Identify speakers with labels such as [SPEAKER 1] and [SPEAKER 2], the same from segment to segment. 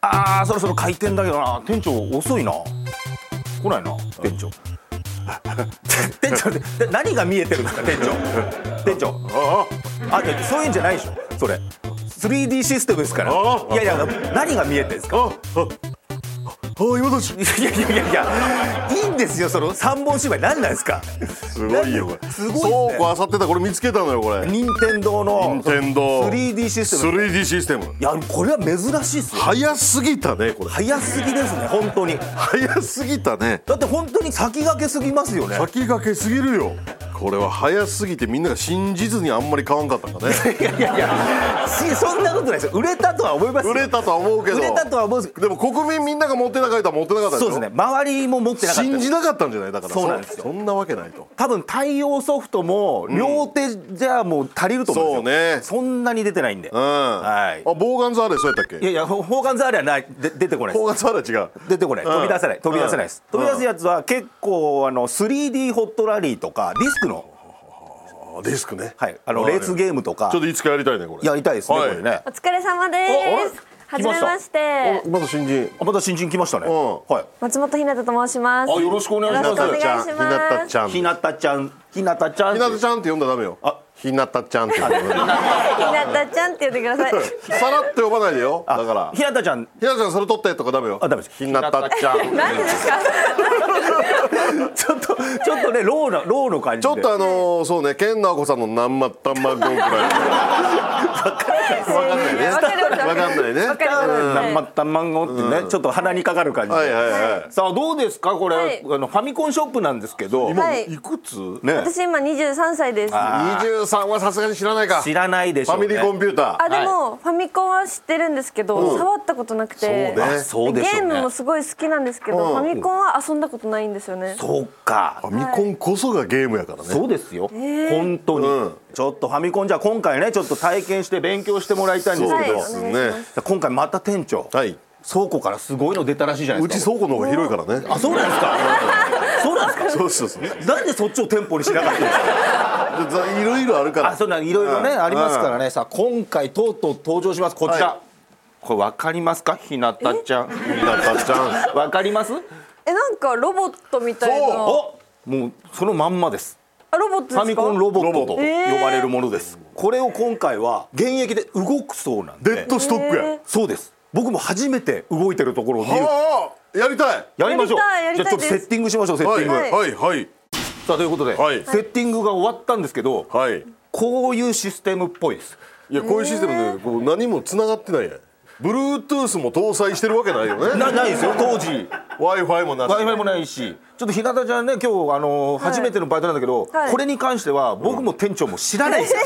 [SPEAKER 1] ああそろそろ開店だけどな店長遅いな来ないな店長 店長って何が見えてるんですか店長店長
[SPEAKER 2] あ
[SPEAKER 1] あでそういうんじゃないでしょそれ 3D システムですから
[SPEAKER 2] あ
[SPEAKER 1] いやいや何が見えてるんです
[SPEAKER 2] あ
[SPEAKER 1] か
[SPEAKER 2] あああ今たち
[SPEAKER 1] いやいやいやいやいいんですよその三本芝居何なんですか
[SPEAKER 2] すごいよこれ
[SPEAKER 1] すごいっすね
[SPEAKER 2] 倉庫あさってたこれ見つけたのよこれ
[SPEAKER 1] 任天堂の
[SPEAKER 2] 任天堂
[SPEAKER 1] 3D システム
[SPEAKER 2] 3D システム
[SPEAKER 1] いやこれは珍しいっすよ
[SPEAKER 2] 早すぎたねこれ
[SPEAKER 1] 早すぎですね本当に
[SPEAKER 2] 早すぎたね
[SPEAKER 1] だって本当に先駆けすぎますよね
[SPEAKER 2] 先駆けすぎるよこれは早すぎてみんなが信じずにあんまり買わんかったんだね
[SPEAKER 1] いやいやいやしそんなことないですよ売れたとは思いますよ
[SPEAKER 2] 売れたとは思うけど
[SPEAKER 1] 売れたとは思うんですけ
[SPEAKER 2] でも国民みんなが持ってなかったら持ってなかった
[SPEAKER 1] ど
[SPEAKER 2] でし
[SPEAKER 1] そ
[SPEAKER 2] ょ
[SPEAKER 1] うですね周りも持ってなかった
[SPEAKER 2] 信じなかったんじゃないだから
[SPEAKER 1] そうなんですよ
[SPEAKER 2] そんなわけないと
[SPEAKER 1] 多分対応ソフトも両手じゃもう足りると思うんですよ、そんなに出てないんで、
[SPEAKER 2] うん、
[SPEAKER 1] はい
[SPEAKER 2] あボーガンザーレそうやったっけ
[SPEAKER 1] いやいやほ砲丸ザーレはないで出てこないです
[SPEAKER 2] ボーガンザーレは違う
[SPEAKER 1] 出てこない
[SPEAKER 2] うん
[SPEAKER 1] 飛び出せない飛び出せないです、
[SPEAKER 2] うん
[SPEAKER 1] 飛び出すやつは結構あの 3D ホットラリーとかディスクの,、
[SPEAKER 2] あディスクね
[SPEAKER 1] はい、あの
[SPEAKER 2] わか
[SPEAKER 1] レ
[SPEAKER 2] る
[SPEAKER 1] ースゲームとか
[SPEAKER 2] ちょっといつかやりたいねこれ
[SPEAKER 1] やりたいですね、
[SPEAKER 2] はい
[SPEAKER 1] これね
[SPEAKER 3] お疲れ様で
[SPEAKER 1] おあれ
[SPEAKER 3] す。
[SPEAKER 1] 来ま
[SPEAKER 3] は
[SPEAKER 1] し
[SPEAKER 3] じ
[SPEAKER 1] た
[SPEAKER 3] めまして。
[SPEAKER 2] おまず新人
[SPEAKER 1] あまた新人来ましたね、
[SPEAKER 2] ん
[SPEAKER 1] は
[SPEAKER 3] 松本ひなたと申します。
[SPEAKER 1] あよろしくお願いします
[SPEAKER 3] よろしくお願い
[SPEAKER 2] ひ
[SPEAKER 3] し
[SPEAKER 2] なた
[SPEAKER 3] ま
[SPEAKER 2] ち
[SPEAKER 3] す。
[SPEAKER 2] ゃん
[SPEAKER 1] い
[SPEAKER 2] ひ
[SPEAKER 1] ひ
[SPEAKER 2] な
[SPEAKER 1] なたちゃんひなたちゃん
[SPEAKER 2] たちゃんって呼んだらダメよ
[SPEAKER 1] あ
[SPEAKER 2] ひなたちゃんって呼んだらダメよ
[SPEAKER 3] ひなたちゃんって呼んでく ださい。
[SPEAKER 2] さらっと呼ばないでよだから
[SPEAKER 1] ひなたちゃん
[SPEAKER 2] ひなたちゃんそれ取ってとかダメよ
[SPEAKER 1] あダメです
[SPEAKER 2] ひなたちゃん
[SPEAKER 3] なんでですか。
[SPEAKER 1] ちょっとちょっとねローなローの感じ
[SPEAKER 2] ち
[SPEAKER 1] で
[SPEAKER 2] ょっとあのー、そうね健直子さんの生卵ぐらい
[SPEAKER 3] わかんない
[SPEAKER 2] ね
[SPEAKER 3] わかります
[SPEAKER 2] わかんないね
[SPEAKER 3] わかり
[SPEAKER 1] うん
[SPEAKER 3] ます。
[SPEAKER 1] またマンゴーってね、ちょっと鼻にかかる感じで、
[SPEAKER 2] はいはいは
[SPEAKER 1] さあどうですかこれ、
[SPEAKER 3] はい
[SPEAKER 1] あのファミコンショップなんですけど
[SPEAKER 2] い今、
[SPEAKER 3] はい
[SPEAKER 2] い、くつ
[SPEAKER 1] ね
[SPEAKER 3] 私今23歳です。あ、
[SPEAKER 2] 23はさすがに知らないか
[SPEAKER 1] 知らないでしょうね
[SPEAKER 2] ファミリーコンピューター
[SPEAKER 3] でもファミコンは知ってるんですけど、触ったことなくて。
[SPEAKER 2] そうね
[SPEAKER 1] あそうでしょうね
[SPEAKER 3] ゲームもすごい好きなんですけど、
[SPEAKER 2] うん
[SPEAKER 3] ファミコンは遊んだことないんですよね。
[SPEAKER 1] そうか
[SPEAKER 2] ファミコンこそがゲームやからね
[SPEAKER 1] そうですよ、本当に、
[SPEAKER 2] うん
[SPEAKER 1] ちょっとファミコンじゃあ今回ねちょっと体験して勉強してもらいたいんです
[SPEAKER 2] そう
[SPEAKER 1] けど、
[SPEAKER 2] で
[SPEAKER 3] はい
[SPEAKER 2] す
[SPEAKER 3] お願
[SPEAKER 2] ね
[SPEAKER 3] いしま
[SPEAKER 1] 今回また店長、
[SPEAKER 2] はい
[SPEAKER 1] 倉庫からすごいの出たらしいじゃないうで
[SPEAKER 2] ち
[SPEAKER 1] すか
[SPEAKER 2] 倉庫の方が広いからね
[SPEAKER 1] あそうなんです かそうなんですか
[SPEAKER 2] そうそうそうで
[SPEAKER 1] なんでそっちを店舗にしなかったんですか
[SPEAKER 2] ざいろいろあるから
[SPEAKER 1] あそうなんいろいろね、
[SPEAKER 2] うん
[SPEAKER 1] ありますからねさあ今回とうとう登場しますこちら、
[SPEAKER 2] はい
[SPEAKER 1] これわかりますかひなたちゃん
[SPEAKER 2] ひなたちゃ ん
[SPEAKER 1] わかります
[SPEAKER 3] え、なんかロボットみたいな。
[SPEAKER 1] おもうそのまんまです
[SPEAKER 3] あ、ロボット
[SPEAKER 1] フ
[SPEAKER 3] ですか。
[SPEAKER 1] ァミコンロボットと呼
[SPEAKER 3] えー
[SPEAKER 1] ばれるものです、これを今回は現役で動くそうなんで
[SPEAKER 2] デッドストックや、
[SPEAKER 3] え
[SPEAKER 1] そうです僕も初めて動いてるところを見る
[SPEAKER 2] はあやりたい
[SPEAKER 1] やりましょうじ
[SPEAKER 3] やりたいやり
[SPEAKER 1] ゃ
[SPEAKER 3] た
[SPEAKER 1] あちょ
[SPEAKER 3] い
[SPEAKER 1] っと
[SPEAKER 3] です
[SPEAKER 1] セッティングしましょうセッティング、
[SPEAKER 2] はいはいはい
[SPEAKER 1] さあということで、
[SPEAKER 2] はい
[SPEAKER 1] セッティングが終わったんですけど、
[SPEAKER 2] はい
[SPEAKER 1] こういうシステムっぽいです
[SPEAKER 2] いやこういうシステムでこう何も繋がってないやん Bluetooth も搭載してるわけないよね
[SPEAKER 1] なないですよ当時
[SPEAKER 2] w i f i もなし
[SPEAKER 1] w i f i もないしちょっと日向ちゃんね今日あのー
[SPEAKER 3] い
[SPEAKER 1] 初めてのバイトなんだけど、
[SPEAKER 3] はい
[SPEAKER 1] これに関しては僕も店長も知らないですよ、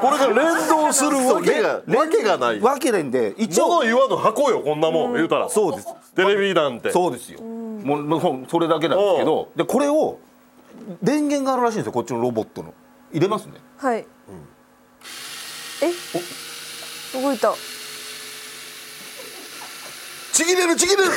[SPEAKER 1] これが連動す
[SPEAKER 2] するわけがわけがない
[SPEAKER 1] るわけなんで一応
[SPEAKER 2] 物言わぬ箱よこんなもん言うたら
[SPEAKER 1] そうです
[SPEAKER 2] テレビなんて
[SPEAKER 1] そうですよもうもうほんそれだけなんですけどでこれを電源があるらしいんですよこっちのロボットの入れますね
[SPEAKER 3] はい。え。動いた。
[SPEAKER 2] ちぎれるちぎれ る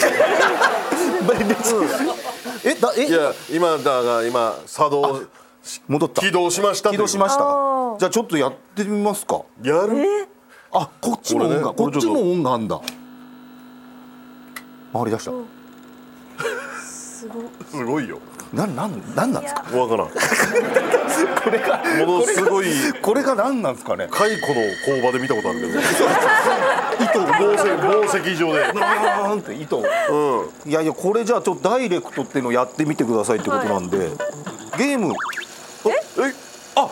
[SPEAKER 1] えだえ
[SPEAKER 2] いや今だが今作動し
[SPEAKER 1] 戻った
[SPEAKER 2] 起動しましたと
[SPEAKER 1] 起
[SPEAKER 2] いう
[SPEAKER 1] 動しました
[SPEAKER 3] あ
[SPEAKER 1] か
[SPEAKER 3] ー
[SPEAKER 1] じゃあちょっとやってみますか
[SPEAKER 2] やる
[SPEAKER 3] え。
[SPEAKER 1] あこっちも音がこ,、
[SPEAKER 2] これ
[SPEAKER 1] っ
[SPEAKER 2] ねこれ
[SPEAKER 1] ち
[SPEAKER 2] ちょっと
[SPEAKER 1] も音があんだ回り出した
[SPEAKER 2] すごいよ
[SPEAKER 1] なんなんなんなんですか
[SPEAKER 2] わからん
[SPEAKER 1] これが
[SPEAKER 2] ものすごい
[SPEAKER 1] これがなんなんですかね
[SPEAKER 2] 蚕の工場で見たことあるけど
[SPEAKER 1] 糸を
[SPEAKER 2] 宝石宝石場で
[SPEAKER 1] バーンって糸を
[SPEAKER 2] うん
[SPEAKER 1] いやいやこれじゃあちょっとダイレクトっていうのをやってみてくださいってことなんで、ゲームええあ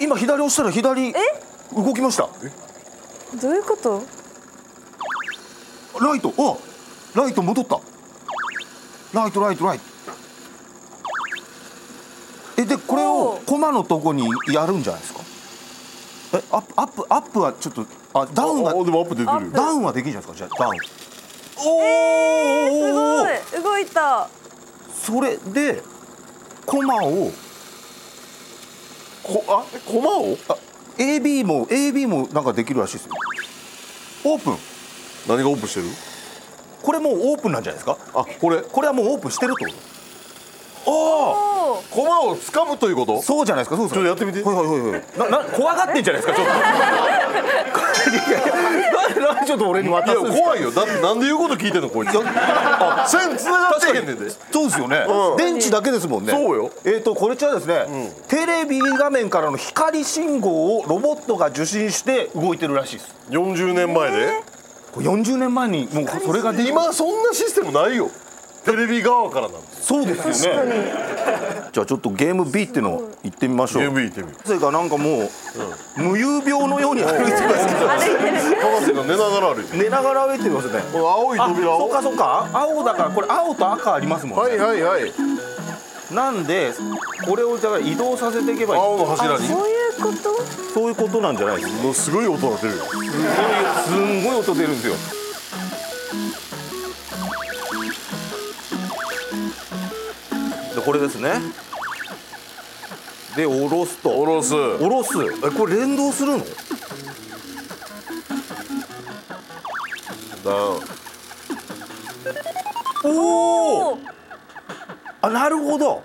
[SPEAKER 1] 今左押したら左動きました
[SPEAKER 3] どういうこと。
[SPEAKER 1] ライトあライト戻ったライトライトライトえでこれ
[SPEAKER 3] お
[SPEAKER 1] を
[SPEAKER 3] ー
[SPEAKER 1] コマのとこにやるんじゃないですかえアップアップアップはちょっとあダウンが
[SPEAKER 2] あでもアップ出てるよ
[SPEAKER 1] ダウンはできるんじゃないですかじゃあダウン
[SPEAKER 3] え
[SPEAKER 1] お
[SPEAKER 3] す
[SPEAKER 1] お
[SPEAKER 3] ごい。動いた。
[SPEAKER 1] それでコマを
[SPEAKER 2] こあコマを
[SPEAKER 1] あ AB も AB もなんかできるらしいですよオープン
[SPEAKER 2] 何がオープンしてる
[SPEAKER 1] これもうオープンなんじゃないですか
[SPEAKER 2] あこれ
[SPEAKER 1] これはもうオープンしてるってこと
[SPEAKER 2] あ
[SPEAKER 3] おお。
[SPEAKER 2] あコマを掴むということ
[SPEAKER 1] そうじゃないですかそうです
[SPEAKER 2] ちょっとやってみて
[SPEAKER 1] はいはいはいはいなな怖がってんじゃないですかちょっ なんでちょっと俺に渡
[SPEAKER 2] いや
[SPEAKER 1] すんですか
[SPEAKER 2] 怖いよだってなんで言うこと聞いてんのこいつあ線繋がってへんねんで
[SPEAKER 1] そうですよね、
[SPEAKER 2] うん
[SPEAKER 1] 電池だけですもんね
[SPEAKER 2] そうよ
[SPEAKER 1] えっ、とこれちゃですね、テレビ画面からの光信号をロボットが受信して動いてるらしいです
[SPEAKER 2] 40年前で、
[SPEAKER 1] これ40年前にもうそれができ
[SPEAKER 2] 今そんなシステムないよテレビ側からなんです
[SPEAKER 1] そうですよねじゃあちょっとゲーム B っていうのを行ってみましょう
[SPEAKER 2] ゲーム行ってみよう
[SPEAKER 1] 先生がなんかもう、無遊病のように歩いてますけど
[SPEAKER 3] 歩いてる
[SPEAKER 2] 博士が寝ながら歩いてる
[SPEAKER 1] 寝ながら歩いてますね
[SPEAKER 2] この青い
[SPEAKER 1] あ
[SPEAKER 2] 扉
[SPEAKER 1] そ
[SPEAKER 2] を
[SPEAKER 1] うかそうか青だからこれ青と赤ありますもんね、
[SPEAKER 2] はいはいはい
[SPEAKER 1] なんでこれをだから移動させていけばいい
[SPEAKER 2] 青の柱に
[SPEAKER 3] そういうこと
[SPEAKER 1] そういうことなんじゃないですか
[SPEAKER 2] もうすごい音が出るよ
[SPEAKER 1] すんごい音出るんですよでこれですねで下ろす
[SPEAKER 2] お
[SPEAKER 1] と
[SPEAKER 2] ろす
[SPEAKER 1] 下ろすえこれ連動するの
[SPEAKER 2] ダウン
[SPEAKER 1] おお
[SPEAKER 3] お
[SPEAKER 1] あなるほど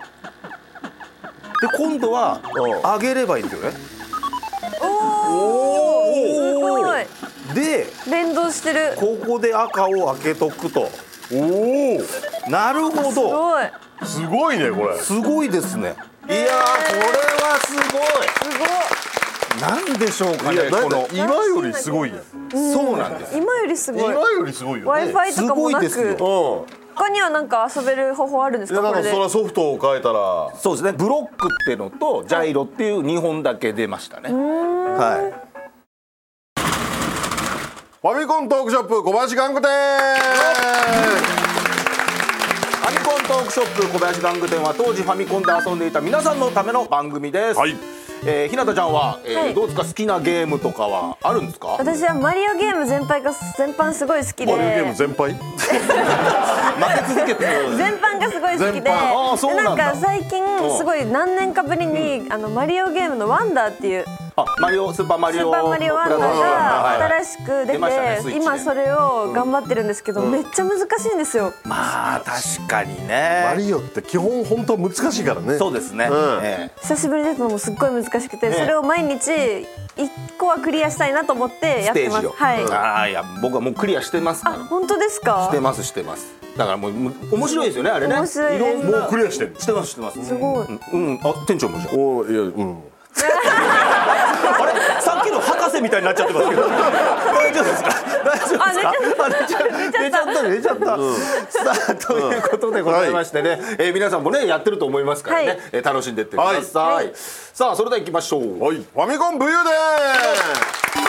[SPEAKER 1] で今度は
[SPEAKER 2] うん
[SPEAKER 1] 上げればいいんですよね
[SPEAKER 3] お
[SPEAKER 1] お
[SPEAKER 3] すごい
[SPEAKER 1] ーで
[SPEAKER 3] 連動してる
[SPEAKER 1] ここで赤を開けとくと
[SPEAKER 2] おお
[SPEAKER 1] なるほ
[SPEAKER 3] す
[SPEAKER 1] ど
[SPEAKER 3] ごい
[SPEAKER 2] すごいねこれ
[SPEAKER 1] すごいですねいやーこれはすごい
[SPEAKER 3] す
[SPEAKER 1] なんでしょうか
[SPEAKER 2] い
[SPEAKER 1] ね
[SPEAKER 2] や
[SPEAKER 1] こ
[SPEAKER 2] なん
[SPEAKER 1] の
[SPEAKER 2] だ今よりすごいやん
[SPEAKER 1] そうなんです
[SPEAKER 3] ごい今よりす
[SPEAKER 2] 今
[SPEAKER 3] ごい
[SPEAKER 2] よりすごいよ
[SPEAKER 3] w i
[SPEAKER 2] ね
[SPEAKER 3] f i
[SPEAKER 1] す
[SPEAKER 3] とかも
[SPEAKER 1] ごい
[SPEAKER 3] な
[SPEAKER 1] です
[SPEAKER 3] く
[SPEAKER 1] よ
[SPEAKER 2] うん
[SPEAKER 3] 他にはなんか遊べる方法あるんです
[SPEAKER 2] いや
[SPEAKER 3] か
[SPEAKER 2] だ
[SPEAKER 3] こ
[SPEAKER 2] か
[SPEAKER 3] れ
[SPEAKER 2] ら
[SPEAKER 3] で
[SPEAKER 2] そらソフトを変えたら
[SPEAKER 1] そうですねブロックっていうのとジャイロっていう2本だけ出ましたねは
[SPEAKER 2] ファミコントークショップ小林玩具店
[SPEAKER 1] いファミコントークショップ小林玩具店は当時ファミコンで遊んでいた皆さんのための番組です、
[SPEAKER 2] はい
[SPEAKER 1] えー、ひなたちゃんは、えー
[SPEAKER 3] はい
[SPEAKER 1] どうですか好きなゲームとかはあるんですか
[SPEAKER 3] 私はマリオゲーム全般が全般すごい好きで
[SPEAKER 2] マリオゲーム全般
[SPEAKER 1] 負け続けてる
[SPEAKER 3] 全般がすごい好きで
[SPEAKER 2] 全般
[SPEAKER 1] あーそうなんだ
[SPEAKER 3] でか最近すごい何年かぶりに、あのマリオゲームの「ワンダーっていう
[SPEAKER 1] あマリオスーパーマ
[SPEAKER 3] ス
[SPEAKER 1] リオ
[SPEAKER 3] ーパーマリオワンダー
[SPEAKER 1] はい
[SPEAKER 3] が新しく
[SPEAKER 1] 出
[SPEAKER 3] 出て、
[SPEAKER 1] ましたねスイッチで
[SPEAKER 3] 今それを頑張ってるんですけど、めっちゃ難しいんですよ。
[SPEAKER 1] まあ確かに
[SPEAKER 2] マ
[SPEAKER 1] ね
[SPEAKER 2] リオって基本本当は難しいからね
[SPEAKER 1] そうですね、
[SPEAKER 2] うん
[SPEAKER 1] え
[SPEAKER 3] 久しぶりに出たのもすっごい難しくて、
[SPEAKER 1] ね
[SPEAKER 3] それを毎日一個はクリアしたいなと思って
[SPEAKER 1] ー
[SPEAKER 3] や
[SPEAKER 1] ス
[SPEAKER 3] って
[SPEAKER 1] テ
[SPEAKER 3] ま
[SPEAKER 1] ー
[SPEAKER 3] す。
[SPEAKER 1] ジを、
[SPEAKER 3] はい。
[SPEAKER 1] ああいや僕はもうクリアしてますから
[SPEAKER 3] あ、本当ですか
[SPEAKER 1] して。ますしてますだからもうむ面白いですよねあれね
[SPEAKER 3] 面白いです
[SPEAKER 1] ろんな
[SPEAKER 2] もうクリアしてる
[SPEAKER 1] してますしてます
[SPEAKER 3] すごい
[SPEAKER 1] うん、うん、あ店長もじゃん
[SPEAKER 2] おーいやうん
[SPEAKER 1] あれさっきの博士みたいになっちゃってますけど大丈夫ですか大丈夫ですかあ寝ちゃった寝ちゃったさあということでございましてね、えー皆さんもねやってると思いますからね、
[SPEAKER 3] はい
[SPEAKER 1] えー楽しんでってください、
[SPEAKER 3] はいはい
[SPEAKER 1] さあそれでは行きましょう
[SPEAKER 2] はいファミコン武勇伝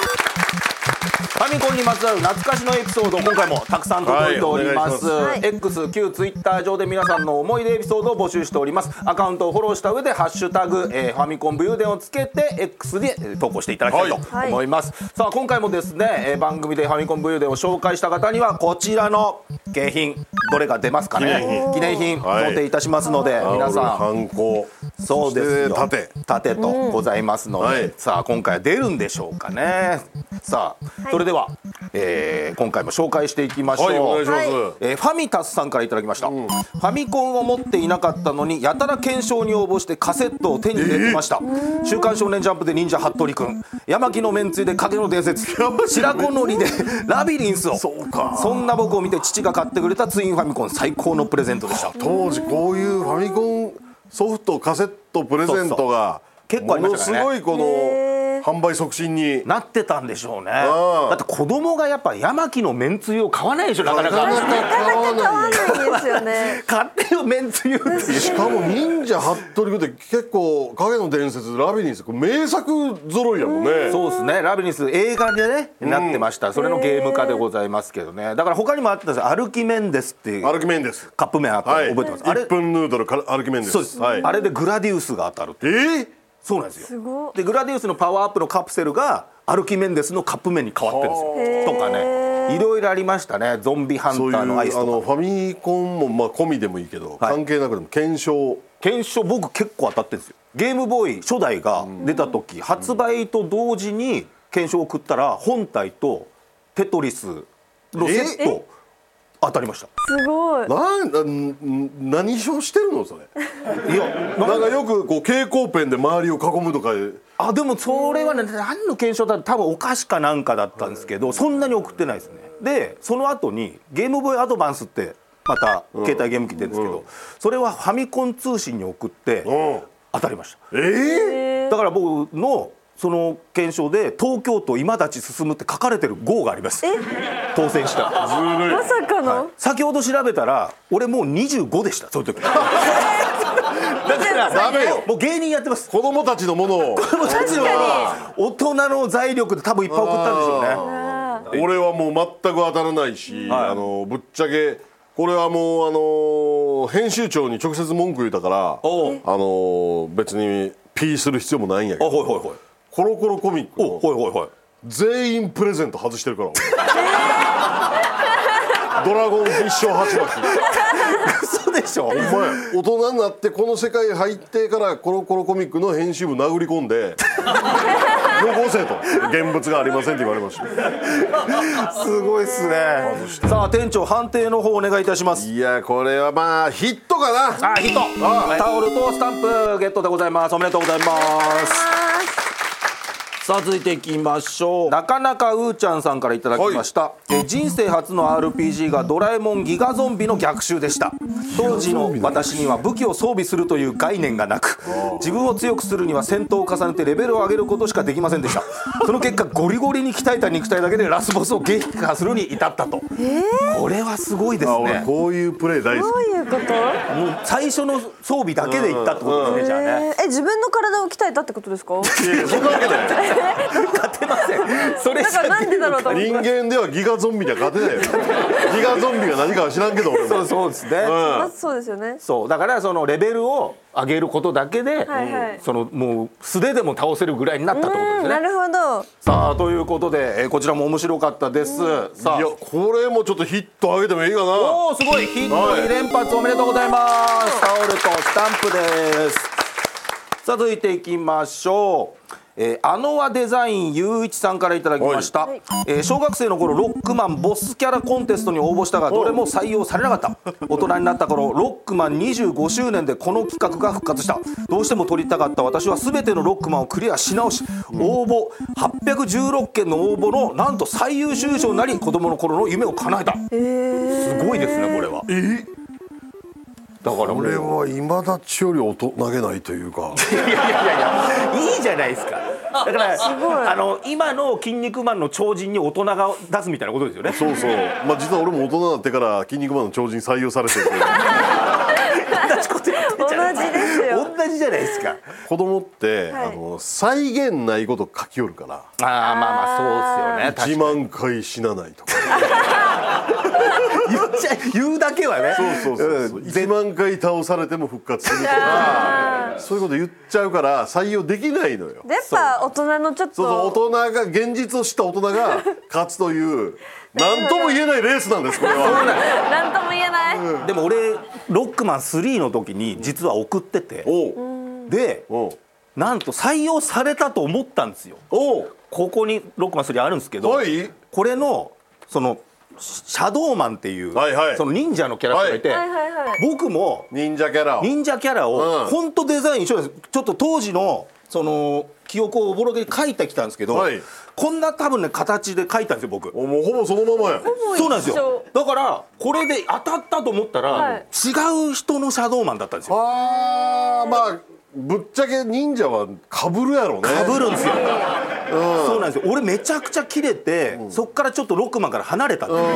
[SPEAKER 1] ファミコンにまつわる懐かしのエピソード今回もたくさん届いております,、
[SPEAKER 2] はい
[SPEAKER 3] お願いし
[SPEAKER 1] X 旧 Twitter 上で皆さんの思い出エピソードを募集しておりますアカウントをフォローした上で「ハッシュタグ、えーファミコン武勇伝」をつけて X でえー投稿していただきたいと
[SPEAKER 3] はい
[SPEAKER 1] 思います、さあ今回もですね、えー番組でファミコン武勇伝を紹介した方にはこちらの景品どれが出ますかね
[SPEAKER 2] 記念品
[SPEAKER 1] 記念品
[SPEAKER 2] はい
[SPEAKER 1] 贈呈いたしますので、皆さん
[SPEAKER 2] 反抗
[SPEAKER 1] そうですよ。
[SPEAKER 2] 盾
[SPEAKER 1] 盾とございますので、
[SPEAKER 2] はい
[SPEAKER 1] さあ今回は出るんでしょうかね。さあ、
[SPEAKER 3] はい
[SPEAKER 1] それでは、えー今回も紹介していきましょう。
[SPEAKER 2] はいお願いします、
[SPEAKER 3] は
[SPEAKER 1] えーファミタスさんからいただきました、ファミコンを持っていなかったのにやたら検証に応募してカセットを手に入れてました、週刊少年ジャンプ」で忍者服部君山木のめんつゆで影の伝説白子のりでラビリンスを
[SPEAKER 2] そうか
[SPEAKER 1] そんな僕を見て父が買ってくれたツインファミコン最高のプレゼントでした
[SPEAKER 2] 当時こういうファミコンソフトカセットプレゼントが
[SPEAKER 1] そうそう結構ありましたからね
[SPEAKER 2] ものすごいこ
[SPEAKER 3] へー
[SPEAKER 2] の販売促進に
[SPEAKER 1] なってたんでしょうね
[SPEAKER 2] ん
[SPEAKER 1] だって子供がやっぱ山木のめんつゆを買わないでしょなかな
[SPEAKER 2] な
[SPEAKER 1] か
[SPEAKER 2] かなか買わ
[SPEAKER 3] 変わ
[SPEAKER 2] なんい
[SPEAKER 3] ないですよね。
[SPEAKER 1] 買ってよめんつゆって
[SPEAKER 2] しかも忍者服部君って結構「影の伝説」「ラビリンス」これ名作揃いやもんね
[SPEAKER 1] そうですねラビリンス映画でね、なってましたそれのゲーム化でございますけどねだから他にもあったんですよアルキメンデスっていう
[SPEAKER 2] 歩き面です
[SPEAKER 1] カップ麺あったの
[SPEAKER 2] はい
[SPEAKER 1] 覚えてます、あれ
[SPEAKER 2] 1分ヌードルから歩き面です
[SPEAKER 1] そうです、
[SPEAKER 2] はい、
[SPEAKER 1] あれでグラディウスが当たる
[SPEAKER 2] えー、
[SPEAKER 1] そうなんですよ
[SPEAKER 3] すごい。
[SPEAKER 1] でグラディウスのパワーアップのカプセルがアルキメンデスのカップ麺に変わってるんですよとかねいろいろありましたねゾンビハ
[SPEAKER 2] そ
[SPEAKER 1] ン
[SPEAKER 2] ういう
[SPEAKER 1] ター
[SPEAKER 2] あ
[SPEAKER 1] のアイスとか
[SPEAKER 2] のファミコンもまあ込みでもいいけど、
[SPEAKER 1] はい
[SPEAKER 2] 関係なくても検証
[SPEAKER 1] 検証僕結構当たってるんですよゲームボーイ初代が出た時、発売と同時に検証を送ったら本体とテトリスのセット当たりまし
[SPEAKER 3] すごい。
[SPEAKER 2] なんなんん何をしてるのそれ
[SPEAKER 1] たいやな
[SPEAKER 2] なんかよくこう蛍光ペンで周りを囲むとか
[SPEAKER 1] あでもそれはね何の検証だ多分お菓子かなんかだったんですけどそんなに送ってないですねでその後にゲームボーイアドバンスってまた携帯ゲーム機出るんですけど、それはファミコン通信に送って
[SPEAKER 2] うん
[SPEAKER 1] 当たりました
[SPEAKER 2] ええ
[SPEAKER 1] だから僕のその検証で東京都今立ち進むって書かれてる号があります当選した
[SPEAKER 2] ずるい
[SPEAKER 3] まさかの、
[SPEAKER 1] 先ほど調べたら俺もう25でしたその 時だから
[SPEAKER 2] ダメよ
[SPEAKER 1] もう芸人やってます
[SPEAKER 2] 子供たちのも のを
[SPEAKER 1] もうそっちの大人の財力で多分いっぱい送ったんでしょうね
[SPEAKER 3] あ
[SPEAKER 2] 俺はもう全く当たらないし、
[SPEAKER 1] はい
[SPEAKER 2] あのぶっちゃけこれはもうあのー編集長に直接文句言ったからあ
[SPEAKER 1] おう
[SPEAKER 2] のー別に P する必要もないんやけ
[SPEAKER 1] あ
[SPEAKER 2] ど
[SPEAKER 1] ほいほいほい
[SPEAKER 2] コロコロコミック
[SPEAKER 1] お
[SPEAKER 2] の
[SPEAKER 1] ほいほいほい
[SPEAKER 2] 全員プレゼント外してるから俺ドラゴン必勝鉢巻き
[SPEAKER 1] 嘘でしょ
[SPEAKER 2] お前大人になってこの世界入ってからコロコロコミックの編集部殴り込んでよこせと現物がありませんって言われました
[SPEAKER 1] すごいっすねさあ店長判定の方お願いいたします
[SPEAKER 2] いやこれはまあヒットかな
[SPEAKER 1] あヒットタオルとスタンプゲットでございますおめでとうございますさあ続いていきましょうなかなかうーちゃんさんからいただきました、え人生初の RPG がドラえもんギガゾンビの逆襲でした当時の私には武器を装備するという概念がなく自分を強くするには戦闘を重ねてレベルを上げることしかできませんで したその結果ゴリゴリに鍛えた肉体だけでラスボスを撃破するに至ったと、これはすごいです
[SPEAKER 2] あ俺
[SPEAKER 1] ね
[SPEAKER 2] こういうプレー大
[SPEAKER 3] ど
[SPEAKER 2] 好き
[SPEAKER 3] ういうこと、
[SPEAKER 1] もう最初の装備だけでいったってことですね、じゃあね、
[SPEAKER 3] えーえ自分の体を鍛えたってことですか
[SPEAKER 2] いやいやそんなわけない
[SPEAKER 1] 勝てませんそれ
[SPEAKER 3] だ
[SPEAKER 1] じゃ
[SPEAKER 3] からなんでだろうと思って
[SPEAKER 2] 人間ではギガゾンビには勝てないよギガゾンビが何かは知らんけど俺
[SPEAKER 1] そう
[SPEAKER 2] も
[SPEAKER 1] そうですね、
[SPEAKER 3] まずそうですよね
[SPEAKER 1] そうだからそのレベルを上げることだけで、
[SPEAKER 3] はいはい
[SPEAKER 1] そのもう素手でも倒せるぐらいになったってことです
[SPEAKER 3] うん
[SPEAKER 1] ね
[SPEAKER 3] なるほど
[SPEAKER 1] さあということで、えーこちらも面白かったです、さあ
[SPEAKER 2] いやこれもちょっとヒット上げてもいいかな
[SPEAKER 1] おおすごいヒット2連発おめでとうございますタオルとスタンプですさあ続いていきましょうえー、あのはデザインゆういちさんからいただきました、
[SPEAKER 3] はい
[SPEAKER 1] えー小学生の頃ロックマンボスキャラコンテストに応募したがどれも採用されなかった大人になった頃ロックマン25周年でこの企画が復活したどうしても撮りたかった私は全てのロックマンをクリアし直し応募816件の応募のなんと最優秀賞になり子供の頃の夢を叶えた
[SPEAKER 3] えー、
[SPEAKER 1] すごいですねこれは
[SPEAKER 2] え
[SPEAKER 1] だから
[SPEAKER 2] こ
[SPEAKER 1] 俺
[SPEAKER 2] れは今立ちより音投げないというか
[SPEAKER 1] いやいやいやいやいいじゃないですかだから
[SPEAKER 3] ごい
[SPEAKER 1] あの今の「筋肉マン」の超人に大人が出すみたいなことですよね
[SPEAKER 2] そうそうまあ実は俺も大人になってから「筋肉マン」の超人採用されてるけど
[SPEAKER 1] 同じことやってん
[SPEAKER 3] 同
[SPEAKER 1] じゃない
[SPEAKER 3] じですよ
[SPEAKER 1] 同じじゃないですか
[SPEAKER 2] 子供って、
[SPEAKER 3] は
[SPEAKER 2] あ
[SPEAKER 3] い
[SPEAKER 2] の再現ないこと書きよるから
[SPEAKER 1] あーまあまあそうですよ
[SPEAKER 2] 1
[SPEAKER 1] ね
[SPEAKER 2] 万回死なないとか
[SPEAKER 1] 言っちゃ言うだけはね
[SPEAKER 2] そうそうそうそう1万回倒されても復活するとかそういうこと言っちゃうから採用できないのよ
[SPEAKER 3] やっぱ大人のちょっと
[SPEAKER 2] そうそう大人が現実を知った大人が勝つという何とも言えないレースなんですこれは
[SPEAKER 3] なんとも言えない、
[SPEAKER 1] でも俺「ロックマン3」の時に実は送ってて
[SPEAKER 2] おう
[SPEAKER 1] で
[SPEAKER 2] おう
[SPEAKER 1] なんと採用されたと思ったんですよ
[SPEAKER 2] おう
[SPEAKER 1] ここに「ロックマン3」あるんですけど
[SPEAKER 2] はい
[SPEAKER 1] これのそのシシャドーマンっていう、
[SPEAKER 2] はいはい
[SPEAKER 1] その忍者のキャラクターがいて、
[SPEAKER 3] はいはいはい
[SPEAKER 1] 僕も
[SPEAKER 2] 忍者キャラを
[SPEAKER 1] 忍者キャラを、
[SPEAKER 2] うん
[SPEAKER 1] ほんとデザイン一緒ですちょっと当時のその記憶をおぼろげに書いてきたんですけど、
[SPEAKER 2] はい
[SPEAKER 1] こんな多分ね形で書いたんですよ僕
[SPEAKER 2] おもうほぼそのままやん
[SPEAKER 3] もう一緒
[SPEAKER 1] そうなんですよだからこれで当たったと思ったら、
[SPEAKER 3] はい
[SPEAKER 1] 違う人のシャドーマンだったんですよ
[SPEAKER 2] あーまあぶっちゃけ忍者はかぶるやろうね
[SPEAKER 1] かぶるんですよ、そうなんですよ俺めちゃくちゃ切れて、そっからちょっとロックマンから離れたんですよ、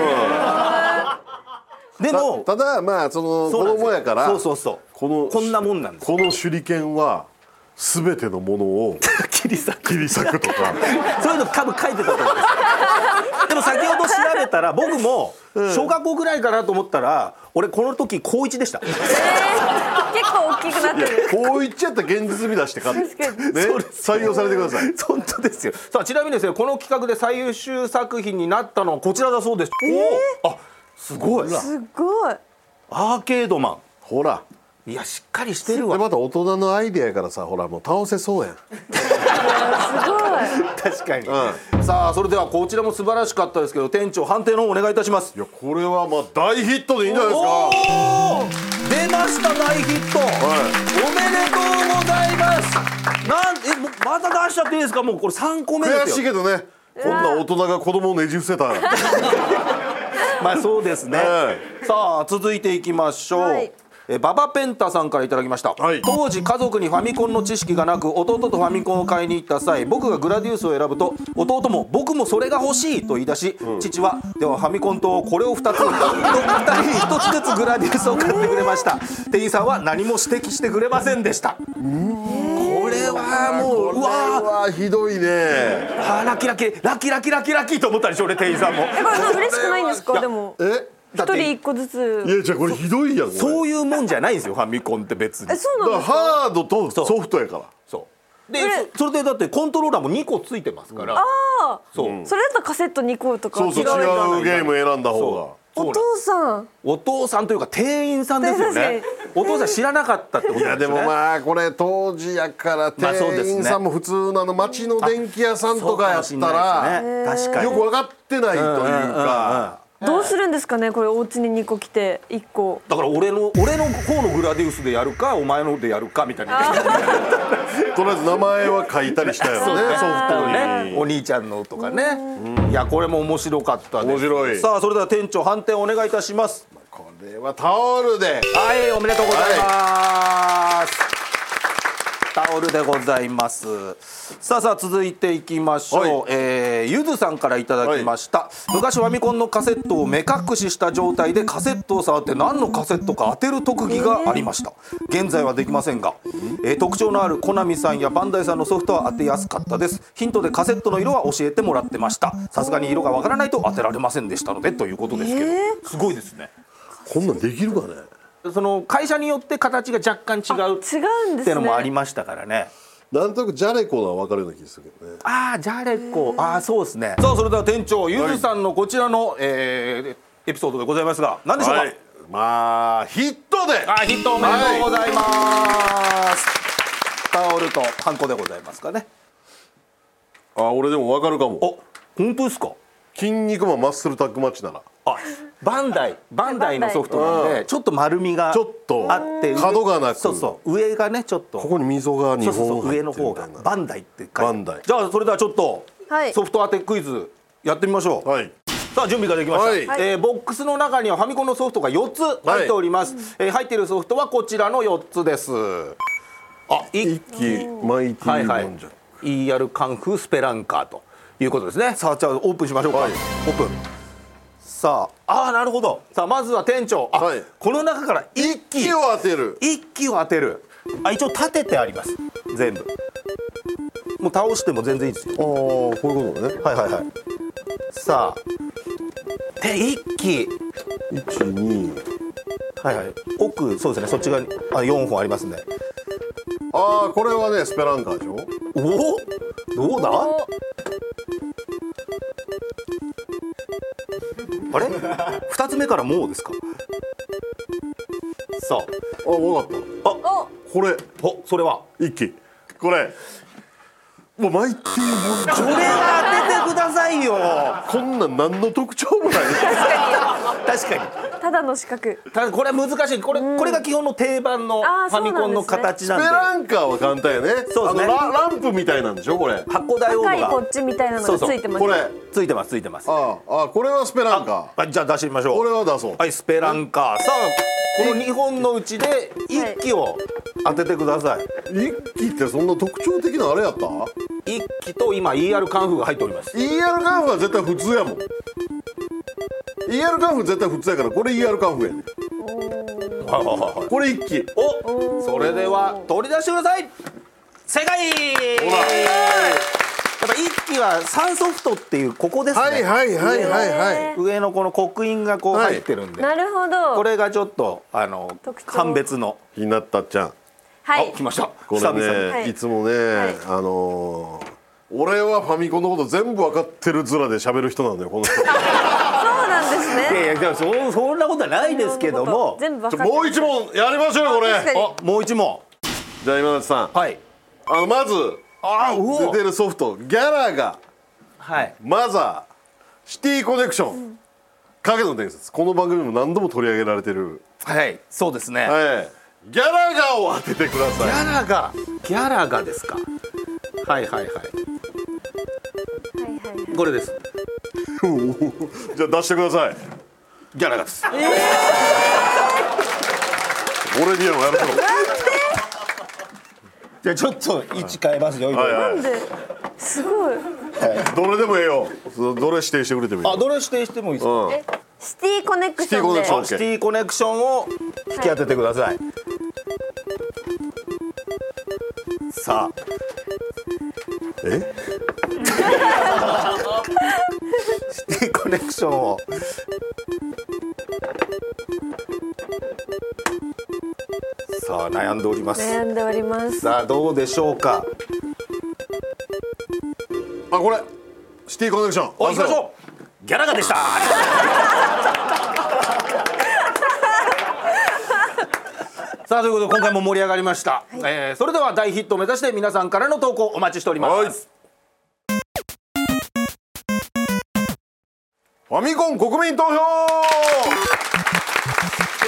[SPEAKER 1] でも
[SPEAKER 2] たただまあその
[SPEAKER 1] そうなん
[SPEAKER 2] 子
[SPEAKER 1] ですよ
[SPEAKER 2] 供やから
[SPEAKER 1] そうそうそう
[SPEAKER 2] この
[SPEAKER 1] こんなもんなんです
[SPEAKER 2] この手裏剣は全てのものを
[SPEAKER 1] 切り裂く
[SPEAKER 2] 切り裂くと か
[SPEAKER 1] そういうの多分書いてたと思うんですよでも先ほど調べたら僕も小学校ぐらいかなと思ったら俺この時高1でした
[SPEAKER 3] えー、結構大きくなってる
[SPEAKER 2] こう言っちゃったら現実味出して勝って、
[SPEAKER 3] 確かに
[SPEAKER 2] ね、採用されてください
[SPEAKER 1] 本当ですよさあちなみにですねこの企画で最優秀作品になったのはこちらだそうです、おおあすごい
[SPEAKER 3] すごい
[SPEAKER 1] アーケードマ
[SPEAKER 2] ほら
[SPEAKER 1] ンいやしっかりして
[SPEAKER 2] で
[SPEAKER 1] るわ
[SPEAKER 2] また大人のアイデアやからさほらもう倒せそうやん
[SPEAKER 3] すごい
[SPEAKER 1] 確かに、さあそれではこちらも素晴らしかったですけど店長判定の方お願いいたします
[SPEAKER 2] いやこれはまあ大ヒットでいいんじゃないですか
[SPEAKER 1] おー出ました大ヒット、おめでとうございますなんえもうまた出しちゃっていいですかもうこれ3個目で
[SPEAKER 2] 悔
[SPEAKER 1] す
[SPEAKER 2] しい
[SPEAKER 1] よ
[SPEAKER 2] けどねこんな大人が子供をねじ伏せた
[SPEAKER 1] まあそうですね、
[SPEAKER 2] は
[SPEAKER 1] さあ続いていきましょう、
[SPEAKER 3] はい
[SPEAKER 1] えババペンタさんからいただきました、
[SPEAKER 2] はい
[SPEAKER 1] 当時家族にファミコンの知識がなく弟とファミコンを買いに行った際僕がグラディウスを選ぶと弟も僕もそれが欲しいと言い出し、父はではファミコンとこれを2つと2人に1つずつグラディウスを買ってくれました店員さんは何も指摘してくれませんでしたこれはもううわー
[SPEAKER 2] わひどいね
[SPEAKER 1] あーラッキーラッキーラッキーラッキーラッキーラッキーと思ったでしょうね店員さんも
[SPEAKER 3] えこれもう嬉しくないんです
[SPEAKER 1] いや
[SPEAKER 3] かでも
[SPEAKER 2] え
[SPEAKER 1] だ
[SPEAKER 3] 一
[SPEAKER 1] って
[SPEAKER 3] 人一個ず
[SPEAKER 2] い
[SPEAKER 3] つ
[SPEAKER 2] やじゃあこれひどいやんこれ
[SPEAKER 1] そういうもんじゃないんですよファミコンって別に
[SPEAKER 3] えそう
[SPEAKER 2] だから
[SPEAKER 3] なんですか
[SPEAKER 2] ハードとソフトやから
[SPEAKER 1] そうで
[SPEAKER 3] え
[SPEAKER 1] そそれでだってコントローラーも2個ついてますから
[SPEAKER 3] あ
[SPEAKER 1] そう、
[SPEAKER 3] ーそれだとカセット2個とか
[SPEAKER 2] そうそう
[SPEAKER 3] 違うよ
[SPEAKER 2] 違うゲーム選んだ方
[SPEAKER 1] そ
[SPEAKER 3] お父さん
[SPEAKER 1] お父さんというか店員さんですよねお父さん知らなかったってこと
[SPEAKER 2] がい
[SPEAKER 1] です
[SPEAKER 2] や
[SPEAKER 1] ね
[SPEAKER 2] でもまあこれ当時やから
[SPEAKER 1] まあそうですね
[SPEAKER 2] 店員さんも普通のあの町の電気屋さんとかやっ
[SPEAKER 1] そう
[SPEAKER 2] たら
[SPEAKER 1] もしれないですね確かに
[SPEAKER 2] よく分かってないというか
[SPEAKER 3] どうするんですかねこれお家に2個来て1個
[SPEAKER 1] だから俺の俺の方のグラディウスでやるかお前のでやるかみたいな
[SPEAKER 2] とりあえず名前は書いたりしたよねソフト
[SPEAKER 1] ねお兄ちゃんのとかねいやこれも面白かったです
[SPEAKER 2] 面白い
[SPEAKER 1] さあそれでは店長判定お願いいたします
[SPEAKER 2] これはタオルで
[SPEAKER 1] はい、おめでとうございます。タオルでございます。さあさあ続いていきましょう。
[SPEAKER 2] はい
[SPEAKER 1] えーゆずさんからいただきました、昔ファミコンのカセットを目隠しした状態でカセットを触って何のカセットか当てる特技がありました。現在はできませんが、えー特徴のあるコナミさんやバンダイさんのソフトは当てやすかったです。ヒントでカセットの色は教えてもらってました。さすがに色がわからないと当てられませんでしたのでということですけど、
[SPEAKER 3] え
[SPEAKER 1] すごいですね。
[SPEAKER 2] こんなんできるかね
[SPEAKER 1] その会社によって形が若干違う
[SPEAKER 3] 違うん
[SPEAKER 1] っ
[SPEAKER 3] で
[SPEAKER 1] ていう
[SPEAKER 3] す
[SPEAKER 1] のもあり
[SPEAKER 3] ね
[SPEAKER 1] ましたからね。
[SPEAKER 2] なんとなくじゃれこのは分かるような気がするけどね
[SPEAKER 1] ああ、じゃれこ、ああ、そうですね。さあ、それでは店長、ゆずさんのこちらの、えーエピソードでございますが、何でしょうか。
[SPEAKER 2] はいまあヒットで
[SPEAKER 1] ああ、ヒットおめでとうございます。タオルとハンコでございますかね。
[SPEAKER 2] あ俺でも分かるかも
[SPEAKER 1] お、本当ですか。
[SPEAKER 2] 筋肉マンマッスルタッグマッチなら
[SPEAKER 1] あ、バンダイ、 バンダイのソフトなんで、ちょっと丸みが
[SPEAKER 2] ちょっと
[SPEAKER 1] あって、
[SPEAKER 2] 角がなく
[SPEAKER 1] そうそう、上がね、ちょっと。
[SPEAKER 2] ここに溝が
[SPEAKER 1] そ
[SPEAKER 2] 2
[SPEAKER 1] うそうそう
[SPEAKER 2] 本
[SPEAKER 1] 上
[SPEAKER 2] 入ってる
[SPEAKER 1] の
[SPEAKER 2] みたい
[SPEAKER 1] 方
[SPEAKER 2] な
[SPEAKER 1] がバンダイって書いて
[SPEAKER 2] バンダイ
[SPEAKER 1] じゃあそれではちょっと、
[SPEAKER 3] はい
[SPEAKER 1] ソフト当てクイズやってみましょう、
[SPEAKER 2] はい
[SPEAKER 1] さあ準備ができました、
[SPEAKER 2] はい
[SPEAKER 1] えーボックスの中にはファミコンのソフトが4つ入っております、えー入っているソフトはこちらの4つですあい
[SPEAKER 2] 一気マイテ
[SPEAKER 1] は
[SPEAKER 2] ィ
[SPEAKER 1] い
[SPEAKER 2] ー
[SPEAKER 1] は
[SPEAKER 2] ボ
[SPEAKER 1] い
[SPEAKER 2] ンジャ
[SPEAKER 1] ER カンフスペランカーということですねさあじゃあオープンしましょうか、
[SPEAKER 2] はい
[SPEAKER 1] オープンさああーなるほどさあまずは店長あ、
[SPEAKER 2] はい
[SPEAKER 1] この中から一機
[SPEAKER 2] 気を当てる
[SPEAKER 1] 一気を当てるあ一応立ててあります全部もう倒しても全然いいですよ
[SPEAKER 2] ああこういうことね
[SPEAKER 1] はいはいはいさあで一気
[SPEAKER 2] 一二
[SPEAKER 1] はいはい奥そうですねそっち側にあ4本ありますね
[SPEAKER 2] ああこれはねスペランカーでしょ
[SPEAKER 1] おおどうだあれ2つ目からもうですかさあ
[SPEAKER 2] あ分かっ
[SPEAKER 3] お
[SPEAKER 2] たこれ
[SPEAKER 1] おそれは
[SPEAKER 2] 一気これもうマイティーボンジ
[SPEAKER 1] これは当ててくださいよ
[SPEAKER 2] ャこんなん何の特徴もない
[SPEAKER 1] 確かに
[SPEAKER 3] ただの四角
[SPEAKER 1] ただこれは難しいこれ,、これが基本の定番のフ
[SPEAKER 3] あー
[SPEAKER 1] ァミコンの
[SPEAKER 3] そうなんで
[SPEAKER 1] 形
[SPEAKER 2] ス
[SPEAKER 1] なん
[SPEAKER 2] ペ
[SPEAKER 1] で
[SPEAKER 2] ランカーは簡単やね
[SPEAKER 1] そうですね
[SPEAKER 2] あのラランプみたいなんでしょこれ
[SPEAKER 1] 箱だよ
[SPEAKER 3] 高いこ
[SPEAKER 1] が
[SPEAKER 3] っちみたいなのがついてます
[SPEAKER 2] これあ
[SPEAKER 1] ついてますついてます
[SPEAKER 2] あああこれはスペランカ
[SPEAKER 1] はいじゃあ出してみまし
[SPEAKER 2] ー
[SPEAKER 1] ょ
[SPEAKER 2] こ
[SPEAKER 1] う
[SPEAKER 2] れは出そう
[SPEAKER 1] はいスペランカーさあこの2本のうちで1機を当ててください
[SPEAKER 2] 一気ってそんな特徴的なあれやった ER
[SPEAKER 1] 1機と今 ER カンフーが入っております
[SPEAKER 2] カンフは絶対普通やもん ER カンフ絶対普通やからこれ ER カンフやね
[SPEAKER 1] はいはいはいはい
[SPEAKER 2] これ一気
[SPEAKER 1] おそれでは取り出してください正解
[SPEAKER 2] ほら
[SPEAKER 1] やっぱ1機はサンソフトっていうここですね、
[SPEAKER 2] はいはいはいはいは
[SPEAKER 1] 上のこの刻印がこう入ってるんで、
[SPEAKER 3] なるほど
[SPEAKER 1] これがちょっとあの
[SPEAKER 3] 特徴
[SPEAKER 1] 判別の
[SPEAKER 2] いひなたちゃん
[SPEAKER 3] は
[SPEAKER 1] あ
[SPEAKER 3] い
[SPEAKER 1] 来ました
[SPEAKER 2] こ
[SPEAKER 1] 久
[SPEAKER 2] れ
[SPEAKER 1] 々
[SPEAKER 2] ね、
[SPEAKER 1] に
[SPEAKER 3] はい
[SPEAKER 2] い、つもね、あのー俺はファミコンのこと全部分かってる面で喋る人なんだよこの 人
[SPEAKER 3] そうなんです
[SPEAKER 1] い
[SPEAKER 3] ね
[SPEAKER 1] やいやでもそそんなことはないですけども
[SPEAKER 3] 全部わ
[SPEAKER 2] ち
[SPEAKER 3] か
[SPEAKER 2] ょ
[SPEAKER 3] って
[SPEAKER 2] もう一問やりましょうよこ
[SPEAKER 3] 確かに
[SPEAKER 2] れ
[SPEAKER 1] あもう一問
[SPEAKER 2] じゃあ今田さん
[SPEAKER 1] はい
[SPEAKER 2] あのまず
[SPEAKER 1] あう
[SPEAKER 2] 出
[SPEAKER 1] お
[SPEAKER 2] てるソフトギャラガ
[SPEAKER 1] はい
[SPEAKER 2] マザーシティコネクション、影の伝説この番組でも何度も取り上げられてる
[SPEAKER 1] はいそうですね、
[SPEAKER 2] はいギャラガーを当ててくだ
[SPEAKER 1] ギ
[SPEAKER 2] さい
[SPEAKER 1] ャラがギャラがですかはいはいはい
[SPEAKER 3] はいはい
[SPEAKER 1] これです
[SPEAKER 2] じゃあ出してください
[SPEAKER 1] ギャラがです
[SPEAKER 2] 俺にはやめろ
[SPEAKER 1] じゃあちょっと位置変えますよ今、
[SPEAKER 2] はい
[SPEAKER 3] なんですごい
[SPEAKER 2] どれでもええよそどれ指定してくれてもいい
[SPEAKER 1] あどれ指定してもいいですか、
[SPEAKER 3] えシティコネクションで
[SPEAKER 2] シティコネクション
[SPEAKER 1] シティコネクションを引き当ててください、さあ
[SPEAKER 2] え
[SPEAKER 1] シティコネクションをさあ悩んでおります、
[SPEAKER 3] 悩んでおります
[SPEAKER 1] さあどうでしょうか
[SPEAKER 2] あこれシティコネクション
[SPEAKER 1] お行きましょうギャラがでした さあということで今回も盛り上がりました、えーそれでは大ヒットを目指して皆さんからの投稿お待ちしております、
[SPEAKER 2] はいファミコン国民投票
[SPEAKER 1] テ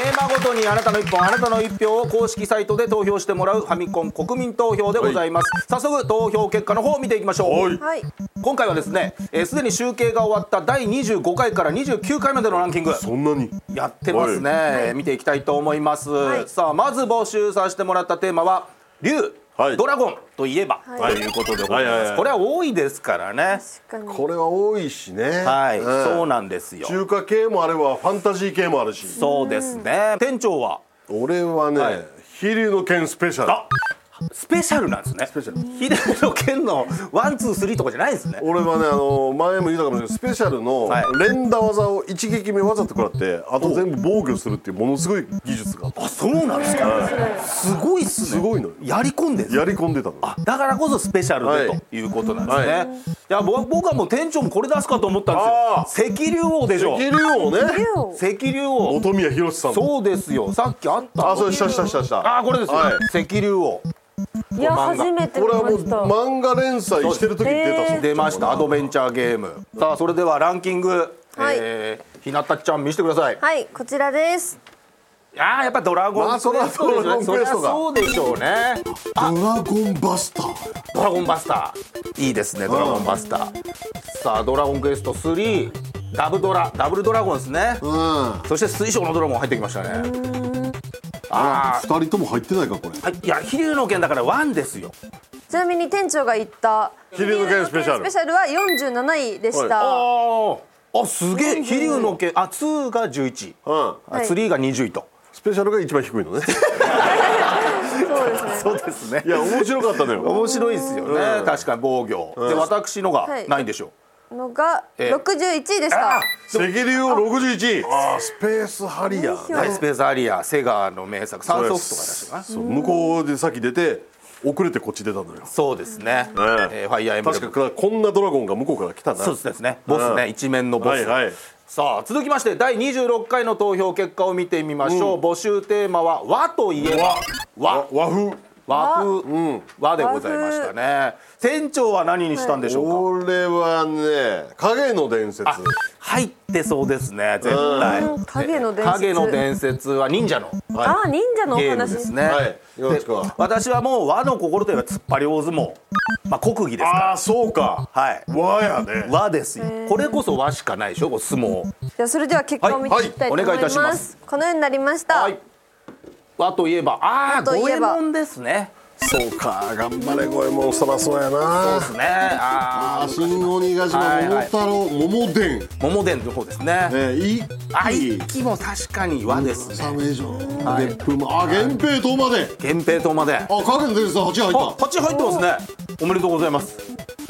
[SPEAKER 1] ーマごとにあなたの一本あなたの一票を公式サイトで投票してもらうファミコン国民投票でございます、早速投票結果の方を見ていきましょう、
[SPEAKER 2] はい
[SPEAKER 3] はい
[SPEAKER 1] 今回はですねすで、既に集計が終わった第25回から29回までのランキング
[SPEAKER 2] そんなに
[SPEAKER 1] やってますね、見ていきたいと思います、
[SPEAKER 3] はい
[SPEAKER 1] さあまず募集させてもらったテーマは「竜、
[SPEAKER 2] はい
[SPEAKER 1] ドラゴンといえば」
[SPEAKER 3] はい
[SPEAKER 1] ということでござ
[SPEAKER 2] はいい
[SPEAKER 1] ます、
[SPEAKER 2] はいはい
[SPEAKER 1] これは多いですからね
[SPEAKER 3] 確かに
[SPEAKER 2] これは多いしね
[SPEAKER 1] はい、
[SPEAKER 2] うん
[SPEAKER 1] そうなんですよ
[SPEAKER 2] 中華系もあればファンタジー系もあるし
[SPEAKER 1] そうですね店長は
[SPEAKER 2] 俺はね、
[SPEAKER 1] はい
[SPEAKER 2] 飛龍の剣スペシャル
[SPEAKER 1] あスペシャルなんですねスペシャル秀の剣のワンツースリーとかじゃないんですね
[SPEAKER 2] 俺はねあの前も言ったかもしれないスペシャルの
[SPEAKER 1] はい
[SPEAKER 2] 連打技を一撃目わざと食らってあと全部防御するっていうものすごい技術があった
[SPEAKER 1] あそうなんですかすごいっすね
[SPEAKER 2] すごいのよ
[SPEAKER 1] やり込んでる
[SPEAKER 2] やり込んでたの
[SPEAKER 1] あだからこそスペシャルで、
[SPEAKER 2] はい
[SPEAKER 1] ということなんですね、
[SPEAKER 2] はい
[SPEAKER 1] い、やぼ僕はもう店長もこれ出すかと思ったんですよ赤竜王でしょ
[SPEAKER 2] 飛龍王ね
[SPEAKER 3] 竜を
[SPEAKER 1] 赤竜王
[SPEAKER 2] 本宮宏さんの
[SPEAKER 1] そうですよさっきあった
[SPEAKER 2] あそうしたしたしたした
[SPEAKER 1] あこれですよ、
[SPEAKER 2] はい
[SPEAKER 1] 赤竜王
[SPEAKER 3] いや
[SPEAKER 1] 漫画
[SPEAKER 3] 初めて
[SPEAKER 2] こ
[SPEAKER 3] 見
[SPEAKER 2] れは
[SPEAKER 3] ま
[SPEAKER 2] もう
[SPEAKER 3] したは
[SPEAKER 2] 漫画連載してる時に出たそう
[SPEAKER 1] 出ましたアドベンチャーゲームさあそれではランキング、
[SPEAKER 3] はい
[SPEAKER 1] えーひなたちゃん見せてください
[SPEAKER 3] いこちらです
[SPEAKER 1] あーやっぱドラゴン
[SPEAKER 2] まあそりゃ
[SPEAKER 1] クエストでしょ
[SPEAKER 2] ドラゴンクエス
[SPEAKER 1] そ
[SPEAKER 2] トだ
[SPEAKER 1] りゃそうでしょうね
[SPEAKER 2] ドラゴンバスター
[SPEAKER 1] ドラゴンバスターいいですねドラゴンバスター、さあドラゴンクエスト3ダブドラダブルドラゴンですね、
[SPEAKER 2] うん
[SPEAKER 1] そして水晶のドラゴン入ってきましたねあ
[SPEAKER 2] 二人とも入ってないかこれ
[SPEAKER 1] あはいいや飛竜の剣だからワンですよ
[SPEAKER 3] ちなみに店長が言った
[SPEAKER 2] 昼の剣スペシャル
[SPEAKER 3] スペシャルは47位でした
[SPEAKER 1] ああすげえ飛竜の剣あ2が11、
[SPEAKER 2] うん
[SPEAKER 1] あ
[SPEAKER 3] はい
[SPEAKER 1] 3が20位と
[SPEAKER 2] スペシャルが一番低いのね
[SPEAKER 3] そうですね
[SPEAKER 1] そうですね
[SPEAKER 2] いや面白かったのよ
[SPEAKER 1] 面白いですよね、確かに防御、で私のが
[SPEAKER 3] はい
[SPEAKER 1] ないんでしょう、
[SPEAKER 3] のが
[SPEAKER 1] ええ
[SPEAKER 3] 61位でした
[SPEAKER 1] あ
[SPEAKER 2] 赤龍王61位あースペースハリアー
[SPEAKER 1] ダイスペースアリアセガの名作サンソフトが出したかな
[SPEAKER 2] そう向こうで先出て遅れてこっち出たのよ
[SPEAKER 1] そうですね、えーファイアーエンブレ
[SPEAKER 2] 確
[SPEAKER 1] ム
[SPEAKER 2] かからこんなドラゴンが向こうから来たな
[SPEAKER 1] そうですねボスね、
[SPEAKER 2] うん
[SPEAKER 1] 一面のボス、
[SPEAKER 2] はいはい
[SPEAKER 1] さあ続きまして第26回の投票結果を見てみましょう、募集テーマは「和といえば」和
[SPEAKER 2] わ和風
[SPEAKER 1] 和風、和でございましたね店長は何にしたんでしょうか、
[SPEAKER 2] 俺はね影の伝説
[SPEAKER 1] あ入ってそうですね絶対、
[SPEAKER 3] うん影の伝説
[SPEAKER 1] 影の伝説は忍者の
[SPEAKER 3] あ忍者のお
[SPEAKER 1] ゲーム
[SPEAKER 3] 話
[SPEAKER 1] ですね、
[SPEAKER 2] はいよろ
[SPEAKER 1] で
[SPEAKER 2] しくは
[SPEAKER 1] 私はもう和の心といえば突っ張り大相撲まあ国技ですか
[SPEAKER 2] あーそうから
[SPEAKER 1] はい
[SPEAKER 2] 和やね
[SPEAKER 1] 和ですよこれこそ和しかないでしょこう相撲
[SPEAKER 3] じゃあそれでは結果を見ていきたいと思い
[SPEAKER 1] はいはいお願いい
[SPEAKER 3] ま
[SPEAKER 1] た
[SPEAKER 3] す,、
[SPEAKER 1] します
[SPEAKER 3] このようになりました、
[SPEAKER 1] はい和といえばああ
[SPEAKER 3] 和とい
[SPEAKER 1] 五右衛
[SPEAKER 3] えば
[SPEAKER 1] 門ですね
[SPEAKER 2] そうか頑張れ五右衛門そらそうや
[SPEAKER 1] そう
[SPEAKER 2] な
[SPEAKER 1] ですねああ
[SPEAKER 2] 新鬼ヶ島
[SPEAKER 1] はいは
[SPEAKER 2] 桃
[SPEAKER 1] い
[SPEAKER 2] 太郎桃伝
[SPEAKER 1] 桃伝の方ですね
[SPEAKER 2] えい
[SPEAKER 1] あ
[SPEAKER 2] い
[SPEAKER 1] 一気も確かに和ですね
[SPEAKER 2] サメ城別府もあ源平島まで
[SPEAKER 1] 源平島まで
[SPEAKER 2] あ影の伝説8入
[SPEAKER 1] あ
[SPEAKER 2] っ
[SPEAKER 1] 八入ってますねおめでとうございます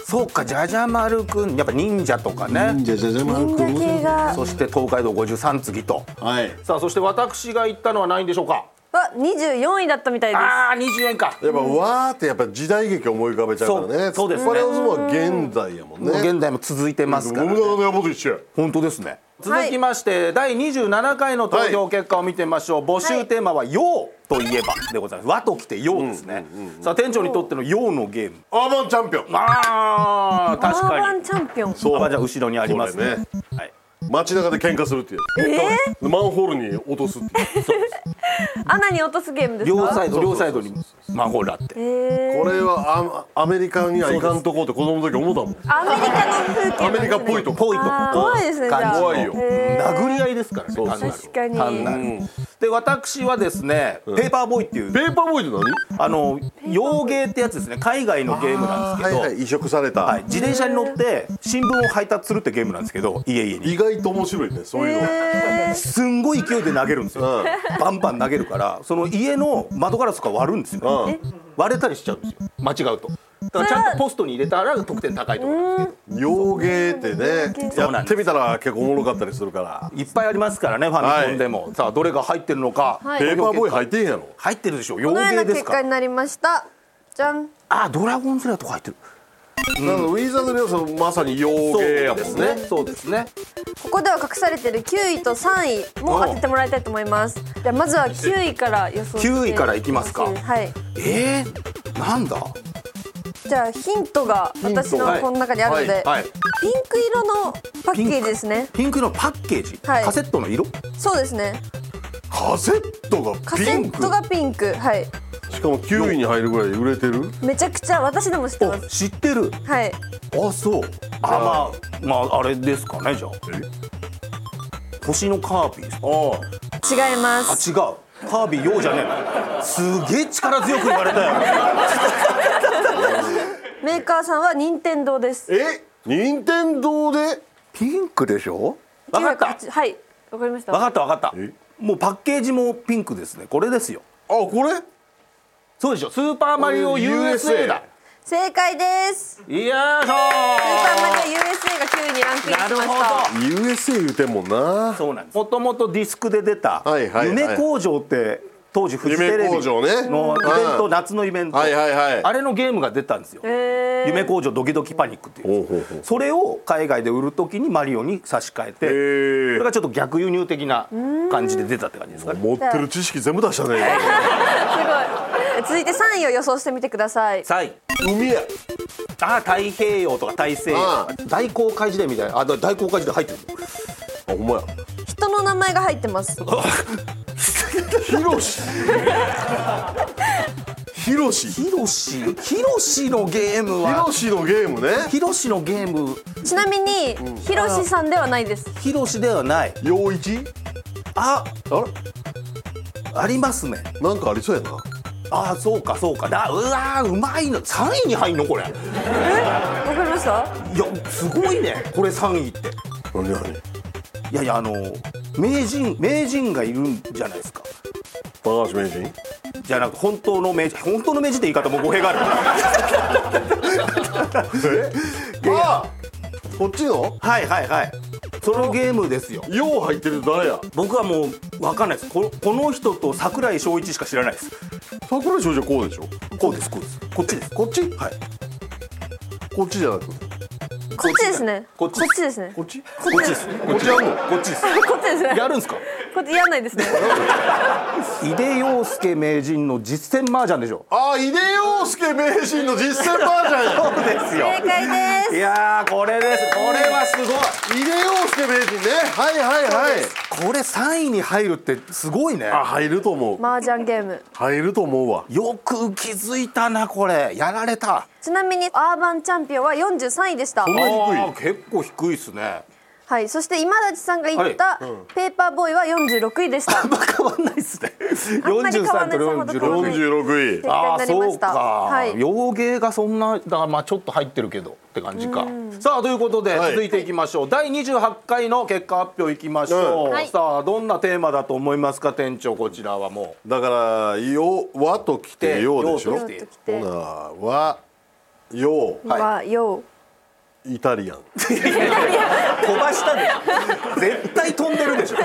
[SPEAKER 1] そうかじゃじゃ丸くんやっぱ忍者とか
[SPEAKER 2] た
[SPEAKER 1] ね
[SPEAKER 2] じゃじゃじゃ丸
[SPEAKER 3] 忍
[SPEAKER 2] く
[SPEAKER 3] 者系が
[SPEAKER 1] そして東海道五十三次と
[SPEAKER 2] はい
[SPEAKER 1] さあそして私が言ったのはないんでしょうか
[SPEAKER 3] は24位だったみたいです
[SPEAKER 1] ああ24円か
[SPEAKER 2] やっぱわーってやっぱ時代劇思い浮かべちゃうからね
[SPEAKER 1] そうそうですね
[SPEAKER 2] 突っ張り大相撲は現代やもんね
[SPEAKER 1] 現代も続いてますから、ね、
[SPEAKER 2] の山本一緒や
[SPEAKER 1] 本当ですね続きまして、第27回の投票結果を見てみましょう、募集テーマは「陽といえば」でございます和ときて陽ですね、さあ店長にとっての陽のゲーム
[SPEAKER 2] アーバンチャンピオン
[SPEAKER 1] まあ確
[SPEAKER 3] アーバ
[SPEAKER 1] かに
[SPEAKER 3] ンチャンピオン
[SPEAKER 1] あまあじゃあ後ろにありますね
[SPEAKER 2] こ
[SPEAKER 1] はい
[SPEAKER 2] 街中で喧嘩するっていう、えマンホールに落とすっていう
[SPEAKER 3] 穴に落とすゲームですか
[SPEAKER 1] 両サイド
[SPEAKER 2] そうそうそう
[SPEAKER 1] 両サイドにマンホールあって
[SPEAKER 3] えー、
[SPEAKER 2] これはあアメリカにはいかんとこうって子供の時思ったもん
[SPEAKER 3] アメリカの風景
[SPEAKER 2] アメリカっぽい
[SPEAKER 3] と
[SPEAKER 2] とこ
[SPEAKER 1] ぽいとこ
[SPEAKER 3] 怖いですねじゃあ
[SPEAKER 1] 感じの
[SPEAKER 2] 怖いよ
[SPEAKER 3] へー
[SPEAKER 1] 殴り合いですからね単なる
[SPEAKER 3] 確かに
[SPEAKER 1] 単なるで私はですねペーパーボーイっていう
[SPEAKER 2] ペーパーボーイって何
[SPEAKER 1] あの洋芸ってやつですね海外のゲームなんですけど、
[SPEAKER 2] はいはい、移植された、
[SPEAKER 1] はい、自転車に乗って新聞を配達するってゲームなんですけど家々に
[SPEAKER 2] 意外と面白いねそういうの、
[SPEAKER 3] えー
[SPEAKER 1] すんごい勢いで投げるんですよ、
[SPEAKER 2] うん
[SPEAKER 1] バンバン投げるからその家の窓ガラスとか割るんですよ、
[SPEAKER 2] うん
[SPEAKER 1] 割れたりしちゃうんですよ間違うとだからちゃんとポストに入れたら得点高いと思うんです
[SPEAKER 2] 洋芸ってね
[SPEAKER 1] そう
[SPEAKER 2] や
[SPEAKER 1] なん
[SPEAKER 2] っ
[SPEAKER 1] です
[SPEAKER 2] てみたら結構おもろかったりするから
[SPEAKER 1] けどいっぱいありますからねファミコンでも、さあどれが入ってるのか、
[SPEAKER 3] はい
[SPEAKER 2] ペーパーボー
[SPEAKER 1] 入
[SPEAKER 2] イ入ってんやろ
[SPEAKER 1] 入ってるでしょ洋
[SPEAKER 3] このよう
[SPEAKER 1] 芸
[SPEAKER 3] な
[SPEAKER 1] です
[SPEAKER 3] 結
[SPEAKER 1] か
[SPEAKER 3] 果
[SPEAKER 1] ら
[SPEAKER 3] になりましたじゃん
[SPEAKER 1] あドラゴンズラとか入ってる
[SPEAKER 2] だからウィザードリオさんまさに洋芸やもんね
[SPEAKER 1] そうですね
[SPEAKER 3] ここでは隠されている9位と3位も当ててもらいたいと思いますじゃあまずは9位から予想して
[SPEAKER 1] 9位からいきますか
[SPEAKER 3] はい
[SPEAKER 1] えー、なんだ
[SPEAKER 3] じゃあヒントが私の
[SPEAKER 1] はい
[SPEAKER 3] この中にあるので、
[SPEAKER 1] はいはい
[SPEAKER 3] ピンク色のパッケージですね
[SPEAKER 1] ピンクのパッケージ、
[SPEAKER 3] はい
[SPEAKER 1] カセットの色
[SPEAKER 3] そうですね
[SPEAKER 2] カセットが
[SPEAKER 3] カ
[SPEAKER 2] ピ
[SPEAKER 3] セ
[SPEAKER 2] ン
[SPEAKER 3] ッ
[SPEAKER 2] ク
[SPEAKER 3] トがピンクはい
[SPEAKER 2] しかも9位に入るぐらい売れてる
[SPEAKER 3] めちゃくちゃ私でも知って
[SPEAKER 1] お
[SPEAKER 3] ます
[SPEAKER 1] 知ってる
[SPEAKER 3] はい
[SPEAKER 1] あそうあまあまああれですかねじゃあ星のカービィですか
[SPEAKER 2] あ
[SPEAKER 3] 違いま
[SPEAKER 1] あ
[SPEAKER 3] す
[SPEAKER 1] 違うカービィ用じゃねえすげえ力強く言われた よ
[SPEAKER 3] メーカーさんは任天堂です
[SPEAKER 2] あえ任天堂で
[SPEAKER 1] ピンクでしょわかった
[SPEAKER 3] 908はいわかりました
[SPEAKER 1] わかったわかった
[SPEAKER 2] え
[SPEAKER 1] もうパッケージもピンクですねこれですよ
[SPEAKER 2] あこれ
[SPEAKER 1] そうでしょスーパーマリオ USA だ
[SPEAKER 3] 正解です
[SPEAKER 1] いやーそ
[SPEAKER 3] スーパーマ
[SPEAKER 1] ー
[SPEAKER 3] リオ USA が9位にランクインしま
[SPEAKER 1] なる
[SPEAKER 3] し
[SPEAKER 1] ほど
[SPEAKER 2] USA
[SPEAKER 3] た
[SPEAKER 2] 言うてんもんな
[SPEAKER 1] そうなんですもともとディスクで出た
[SPEAKER 2] はいはいはい
[SPEAKER 1] 夢工場って当時フジテレビ
[SPEAKER 2] 夢
[SPEAKER 1] の
[SPEAKER 2] 工場ね
[SPEAKER 1] イベン
[SPEAKER 2] う
[SPEAKER 1] ト
[SPEAKER 2] ん
[SPEAKER 1] 夏のイベント
[SPEAKER 2] はいはいはい
[SPEAKER 1] あれのゲームが出たんですよ
[SPEAKER 3] えー
[SPEAKER 1] 夢工場ドキドキパニックっていうやつ
[SPEAKER 2] ほうほうほう
[SPEAKER 1] それを海外で売るときにマリオに差し替えて
[SPEAKER 2] へー
[SPEAKER 1] それがちょっと逆輸入的な感じで出たって感じですかね
[SPEAKER 2] 持ってる知識全部出したね
[SPEAKER 3] すごい続いて3位を予想してみてください
[SPEAKER 1] さい
[SPEAKER 2] 海や
[SPEAKER 1] あー太平洋とか大西洋
[SPEAKER 2] あ
[SPEAKER 1] 大航海時代みたいなあだ大航海時代入ってる
[SPEAKER 2] あほんまや
[SPEAKER 3] 人の名前が入ってます
[SPEAKER 2] ヒロシヒロシヒ
[SPEAKER 1] ヒロシヒロシのゲームは
[SPEAKER 2] ロシのゲームね
[SPEAKER 1] ヒロシのゲーム
[SPEAKER 3] ちなみにひろしさんではないです
[SPEAKER 1] ヒロシではない
[SPEAKER 2] 陽一
[SPEAKER 1] あ
[SPEAKER 2] あ
[SPEAKER 1] ありますね
[SPEAKER 2] れなんかありそうやな
[SPEAKER 1] あーそうかそうかだうわーうまいの3位に入んのこれい
[SPEAKER 3] わかりました
[SPEAKER 1] やすごいねこれ3位って
[SPEAKER 2] 何何
[SPEAKER 1] いやいやあの名人名人がいるんじゃないですか
[SPEAKER 2] 高橋名人
[SPEAKER 1] じゃなくて本当の名人本当の名人って言い方も語弊がある
[SPEAKER 2] えあこっちの
[SPEAKER 1] はいはいはいそのゲームですよ
[SPEAKER 2] 陽入ってる誰や
[SPEAKER 1] 僕はもうわかんないですここの人と桜井翔一しか知らないです
[SPEAKER 2] 桜井少女こうでしょ
[SPEAKER 1] こうですこうですこっちです
[SPEAKER 2] こっち
[SPEAKER 1] はい
[SPEAKER 2] こっちじゃなくて
[SPEAKER 3] こっちですね
[SPEAKER 1] こ
[SPEAKER 3] こ
[SPEAKER 1] っ
[SPEAKER 3] っ
[SPEAKER 1] ち
[SPEAKER 3] ちですねこ
[SPEAKER 2] こっち
[SPEAKER 1] こっちです
[SPEAKER 2] こっちやんの
[SPEAKER 1] こっちです
[SPEAKER 3] っちですね
[SPEAKER 1] やるんですか
[SPEAKER 3] こっちやんないですね
[SPEAKER 1] 井出陽介名人の実践麻雀でしょ
[SPEAKER 2] あ井出陽介名人の実践バージョンや
[SPEAKER 1] そうですよ
[SPEAKER 3] 正解
[SPEAKER 1] い
[SPEAKER 3] で
[SPEAKER 1] やーこれですこれはす
[SPEAKER 2] 井出陽介名人ねはいはいはい
[SPEAKER 1] ごいこれ3位に入るってすごいね
[SPEAKER 2] あ入ると思う
[SPEAKER 3] す麻雀ゲーム
[SPEAKER 2] 入ると思うわ
[SPEAKER 1] よく気づいたなこれやられた
[SPEAKER 3] ちなみにアーバンチャンピオンは43位でした
[SPEAKER 2] んな低い
[SPEAKER 1] あー結構低いっすね
[SPEAKER 3] はいそして今立さんが言ったペーパーボーイは46位でし
[SPEAKER 1] あ
[SPEAKER 3] た
[SPEAKER 1] んま変わんないっすね
[SPEAKER 3] あんまり変わ
[SPEAKER 1] 43
[SPEAKER 3] ん
[SPEAKER 1] と
[SPEAKER 3] ない
[SPEAKER 1] 46
[SPEAKER 2] 46位
[SPEAKER 1] ああ
[SPEAKER 3] 結果に
[SPEAKER 1] そ
[SPEAKER 3] なりま
[SPEAKER 1] う
[SPEAKER 3] した
[SPEAKER 1] か、
[SPEAKER 3] はい
[SPEAKER 1] 洋芸がそんなだからまあちょっと入ってるけどって感じかさあということで
[SPEAKER 2] はい
[SPEAKER 1] 続いていきましょう、第28回の結果発表いきましょう、
[SPEAKER 3] はい
[SPEAKER 1] さあどんなテーマだと思いますか店長こちらはも
[SPEAKER 2] だから「よ」「和とき
[SPEAKER 1] う
[SPEAKER 2] て「よ」でし
[SPEAKER 1] 洋
[SPEAKER 2] ょ
[SPEAKER 1] と
[SPEAKER 2] ほ
[SPEAKER 1] 来て
[SPEAKER 3] 来て
[SPEAKER 2] な和「よ
[SPEAKER 1] はい
[SPEAKER 3] はよう」
[SPEAKER 2] イタリアン
[SPEAKER 1] 飛ばしたで絶対飛んでるでしょ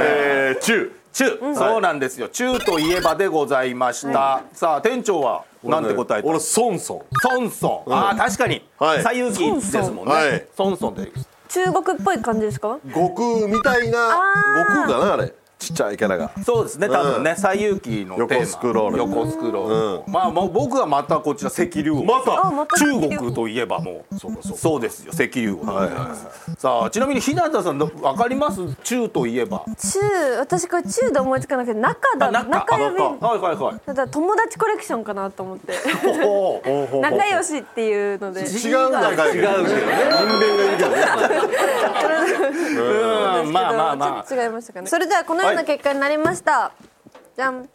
[SPEAKER 2] えー中
[SPEAKER 1] 中、そうなんですよ中といえばでございました、さあ店長はなんて答えた
[SPEAKER 2] 俺ソンソン
[SPEAKER 1] ソンソン、ああ確かに、
[SPEAKER 2] はい
[SPEAKER 1] 西遊記ですもんね
[SPEAKER 2] はい
[SPEAKER 1] ソンソンで
[SPEAKER 3] 中国っぽい感じですか
[SPEAKER 2] 悟空みたいな
[SPEAKER 3] あー
[SPEAKER 2] 悟空かなあれちっちゃいキャラが
[SPEAKER 1] そうですね多分ね「西遊記」のテーマ
[SPEAKER 2] 横スクロール
[SPEAKER 1] 横スクロールまあもう僕はまたこちら石竜王
[SPEAKER 2] ま
[SPEAKER 3] あ
[SPEAKER 2] た
[SPEAKER 3] また
[SPEAKER 1] 中国といえばもうそうですよ石竜王でございますさあちなみに日向さんの分かります中といえば
[SPEAKER 3] 中私これ中で思いつかなくて中
[SPEAKER 1] あ
[SPEAKER 3] だ
[SPEAKER 1] 中
[SPEAKER 3] 中指
[SPEAKER 1] あ中はいはいはい
[SPEAKER 3] だから友達コレクションかなと思って
[SPEAKER 1] おーおーおー
[SPEAKER 3] 仲良しっていうので
[SPEAKER 2] 違う仲良い
[SPEAKER 1] 違うけどね
[SPEAKER 2] 人間がいるけどね
[SPEAKER 1] うんまあまあ
[SPEAKER 3] ちょ
[SPEAKER 1] ま
[SPEAKER 3] っと違いましたかねそれではこのような結果になりました、じゃん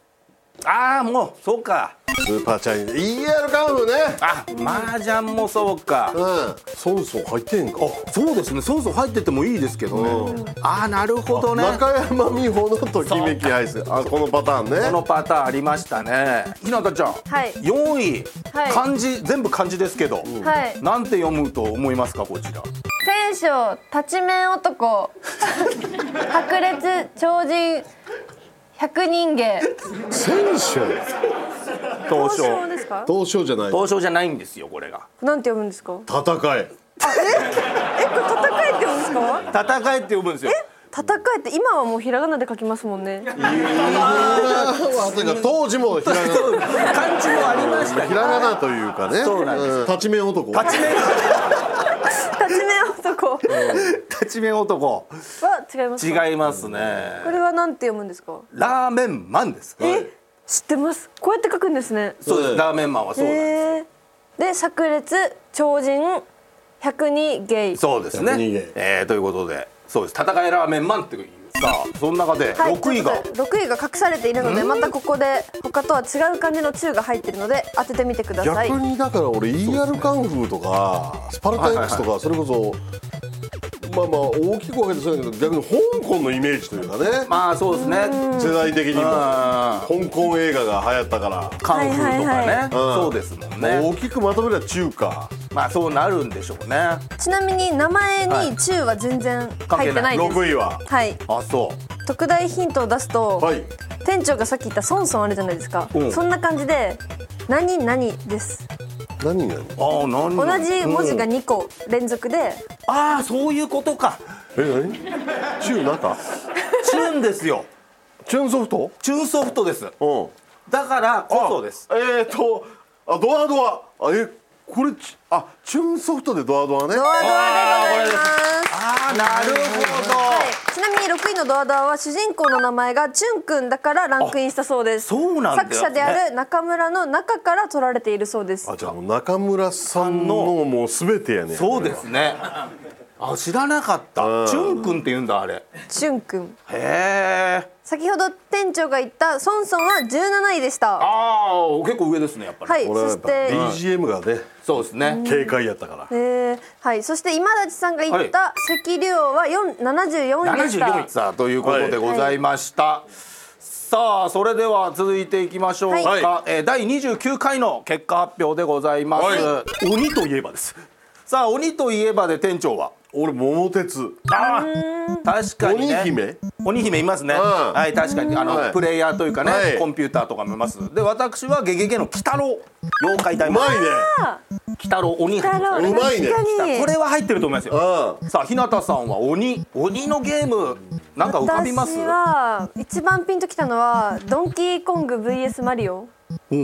[SPEAKER 1] あああもうそうか
[SPEAKER 2] スーパーチャイニーズ ER カウンね
[SPEAKER 1] あ麻雀もそうか
[SPEAKER 2] うんソウソウ入ってんか
[SPEAKER 1] そうですねそうそう入っててもいいですけどねああなるほどね
[SPEAKER 2] 中山美穂のときめきアイスあこのパターン
[SPEAKER 1] こ
[SPEAKER 2] ね
[SPEAKER 1] のパターンありましたねひなたちゃん、
[SPEAKER 3] はい
[SPEAKER 1] 4位、
[SPEAKER 3] はい
[SPEAKER 1] 漢字全部漢字ですけど、
[SPEAKER 3] はい
[SPEAKER 1] なんて読むと思いますかこちら
[SPEAKER 3] 選手立ち面男 白列超人百人芸
[SPEAKER 2] 選
[SPEAKER 1] 東
[SPEAKER 3] 交渉
[SPEAKER 1] 証
[SPEAKER 3] ですか
[SPEAKER 2] 手東証じゃない
[SPEAKER 1] 東証じゃないんですよこれが
[SPEAKER 3] なんて読むんですか
[SPEAKER 2] 戦い
[SPEAKER 3] えこれ戦いって読むんですか
[SPEAKER 1] 戦いって呼ぶんですよ
[SPEAKER 3] 戦いって今はもうひらがなで書きますもんね
[SPEAKER 2] あてか当時もひらがな
[SPEAKER 1] 漢字もありました
[SPEAKER 2] ひ
[SPEAKER 1] ね
[SPEAKER 2] らがなというかね
[SPEAKER 1] そうなんです
[SPEAKER 2] ん立ち面男
[SPEAKER 1] 立ち面
[SPEAKER 3] 立ち面男は
[SPEAKER 1] 立ち面男
[SPEAKER 3] 違いますか
[SPEAKER 1] 違いますね
[SPEAKER 3] これはなんて読むんですか
[SPEAKER 1] ラーメンマンです
[SPEAKER 3] え知ってますこうやって書くんですね
[SPEAKER 1] そうです
[SPEAKER 2] うん
[SPEAKER 1] ラーメンマンはそうなんです
[SPEAKER 3] へえで炸裂超人百人芸
[SPEAKER 1] そうですね
[SPEAKER 2] 人間
[SPEAKER 1] えーということでそうです戦いラーメンマンっていうさあその中で
[SPEAKER 3] はい
[SPEAKER 1] 6位が、
[SPEAKER 3] ということで6位が隠されているのでまたここで他とは違う漢字の中が入っているので当ててみてください
[SPEAKER 2] 逆にだから俺 ER カンフーとかスパルタ X とかそれこそまあまあ大きく分けてそうだけど逆に香港のイメージというかね
[SPEAKER 1] まあそうですね
[SPEAKER 2] 世代的に
[SPEAKER 1] うん
[SPEAKER 2] も香港映画が流行ったから
[SPEAKER 1] カンフーとかね、
[SPEAKER 3] はいはいは
[SPEAKER 1] う
[SPEAKER 3] い
[SPEAKER 1] んそうですもんね
[SPEAKER 2] 大きくまとめれば中華
[SPEAKER 1] まあそうなるんでしょうねあ
[SPEAKER 3] ちなみに名前に中は全然入ってないです
[SPEAKER 2] 6位は
[SPEAKER 3] はい
[SPEAKER 1] そ
[SPEAKER 3] 特大ヒントを出すと、
[SPEAKER 2] はい
[SPEAKER 3] 店長がさっき言ったソンソンあるじゃないですか、
[SPEAKER 1] うん
[SPEAKER 3] そんな感じで何何です
[SPEAKER 2] 何が
[SPEAKER 1] うああ何
[SPEAKER 3] 同じ文字が2個連続で、
[SPEAKER 1] ああそういうことか
[SPEAKER 2] え何中中
[SPEAKER 1] チューンですよ
[SPEAKER 2] チューンソフト
[SPEAKER 1] チューンソフトです
[SPEAKER 2] うん
[SPEAKER 1] だからこそです
[SPEAKER 2] えっ、ー、とあドアドアあえこれちあチューンソフトでドアドアね
[SPEAKER 3] ドアドアでございます
[SPEAKER 1] ああなるほど、
[SPEAKER 3] はいちなみに6位のドアドアは主人公の名前がチュンくんだからランクインしたそうです
[SPEAKER 1] あそうなんだよね
[SPEAKER 3] 作者である中村の中から取られているそうです
[SPEAKER 2] あじゃあもう中村さんのもう全てやね
[SPEAKER 1] そうですねあ知らなかった
[SPEAKER 2] うん
[SPEAKER 1] チュンくんって言うんだあれへ
[SPEAKER 3] チュンくん
[SPEAKER 1] え
[SPEAKER 3] 先ほど店長が言ったソンソンは17位でした
[SPEAKER 1] ああ結構上ですねやっぱり、
[SPEAKER 3] はい
[SPEAKER 2] これは
[SPEAKER 3] そ
[SPEAKER 2] やっ
[SPEAKER 3] し
[SPEAKER 2] ぱ
[SPEAKER 3] て
[SPEAKER 2] BGM がね
[SPEAKER 1] そうですね
[SPEAKER 2] 軽快やったから
[SPEAKER 3] えーはい、そして今立さんが言った赤竜王は4 74位でした
[SPEAKER 1] 74位さあということでございました、さあそれでは続いていきましょうか、
[SPEAKER 3] はい
[SPEAKER 1] えー第29回の結果発表でございます、
[SPEAKER 2] は
[SPEAKER 1] 鬼といえばですさあ鬼といえばで店長は
[SPEAKER 2] 俺桃鉄
[SPEAKER 1] あー確かにね
[SPEAKER 2] 鬼姫
[SPEAKER 1] 鬼姫いますね、
[SPEAKER 2] ん
[SPEAKER 1] はい確かにあの、
[SPEAKER 2] はい
[SPEAKER 1] プレイヤーというかね、
[SPEAKER 2] はい
[SPEAKER 1] コンピューターとかもいますで私はゲゲゲの鬼太郎妖怪大
[SPEAKER 2] う
[SPEAKER 1] 魔
[SPEAKER 2] ま
[SPEAKER 1] 王
[SPEAKER 2] い
[SPEAKER 1] 鬼
[SPEAKER 2] ね
[SPEAKER 1] 太郎鬼
[SPEAKER 3] だろ
[SPEAKER 2] うまいね
[SPEAKER 3] 確かに
[SPEAKER 1] これは入ってると思いますよ
[SPEAKER 2] う
[SPEAKER 1] さあ日向さんは鬼鬼のゲームなんか浮かびます
[SPEAKER 3] 私は一番ピンときたのはドンキーコング VS マリオ
[SPEAKER 1] うん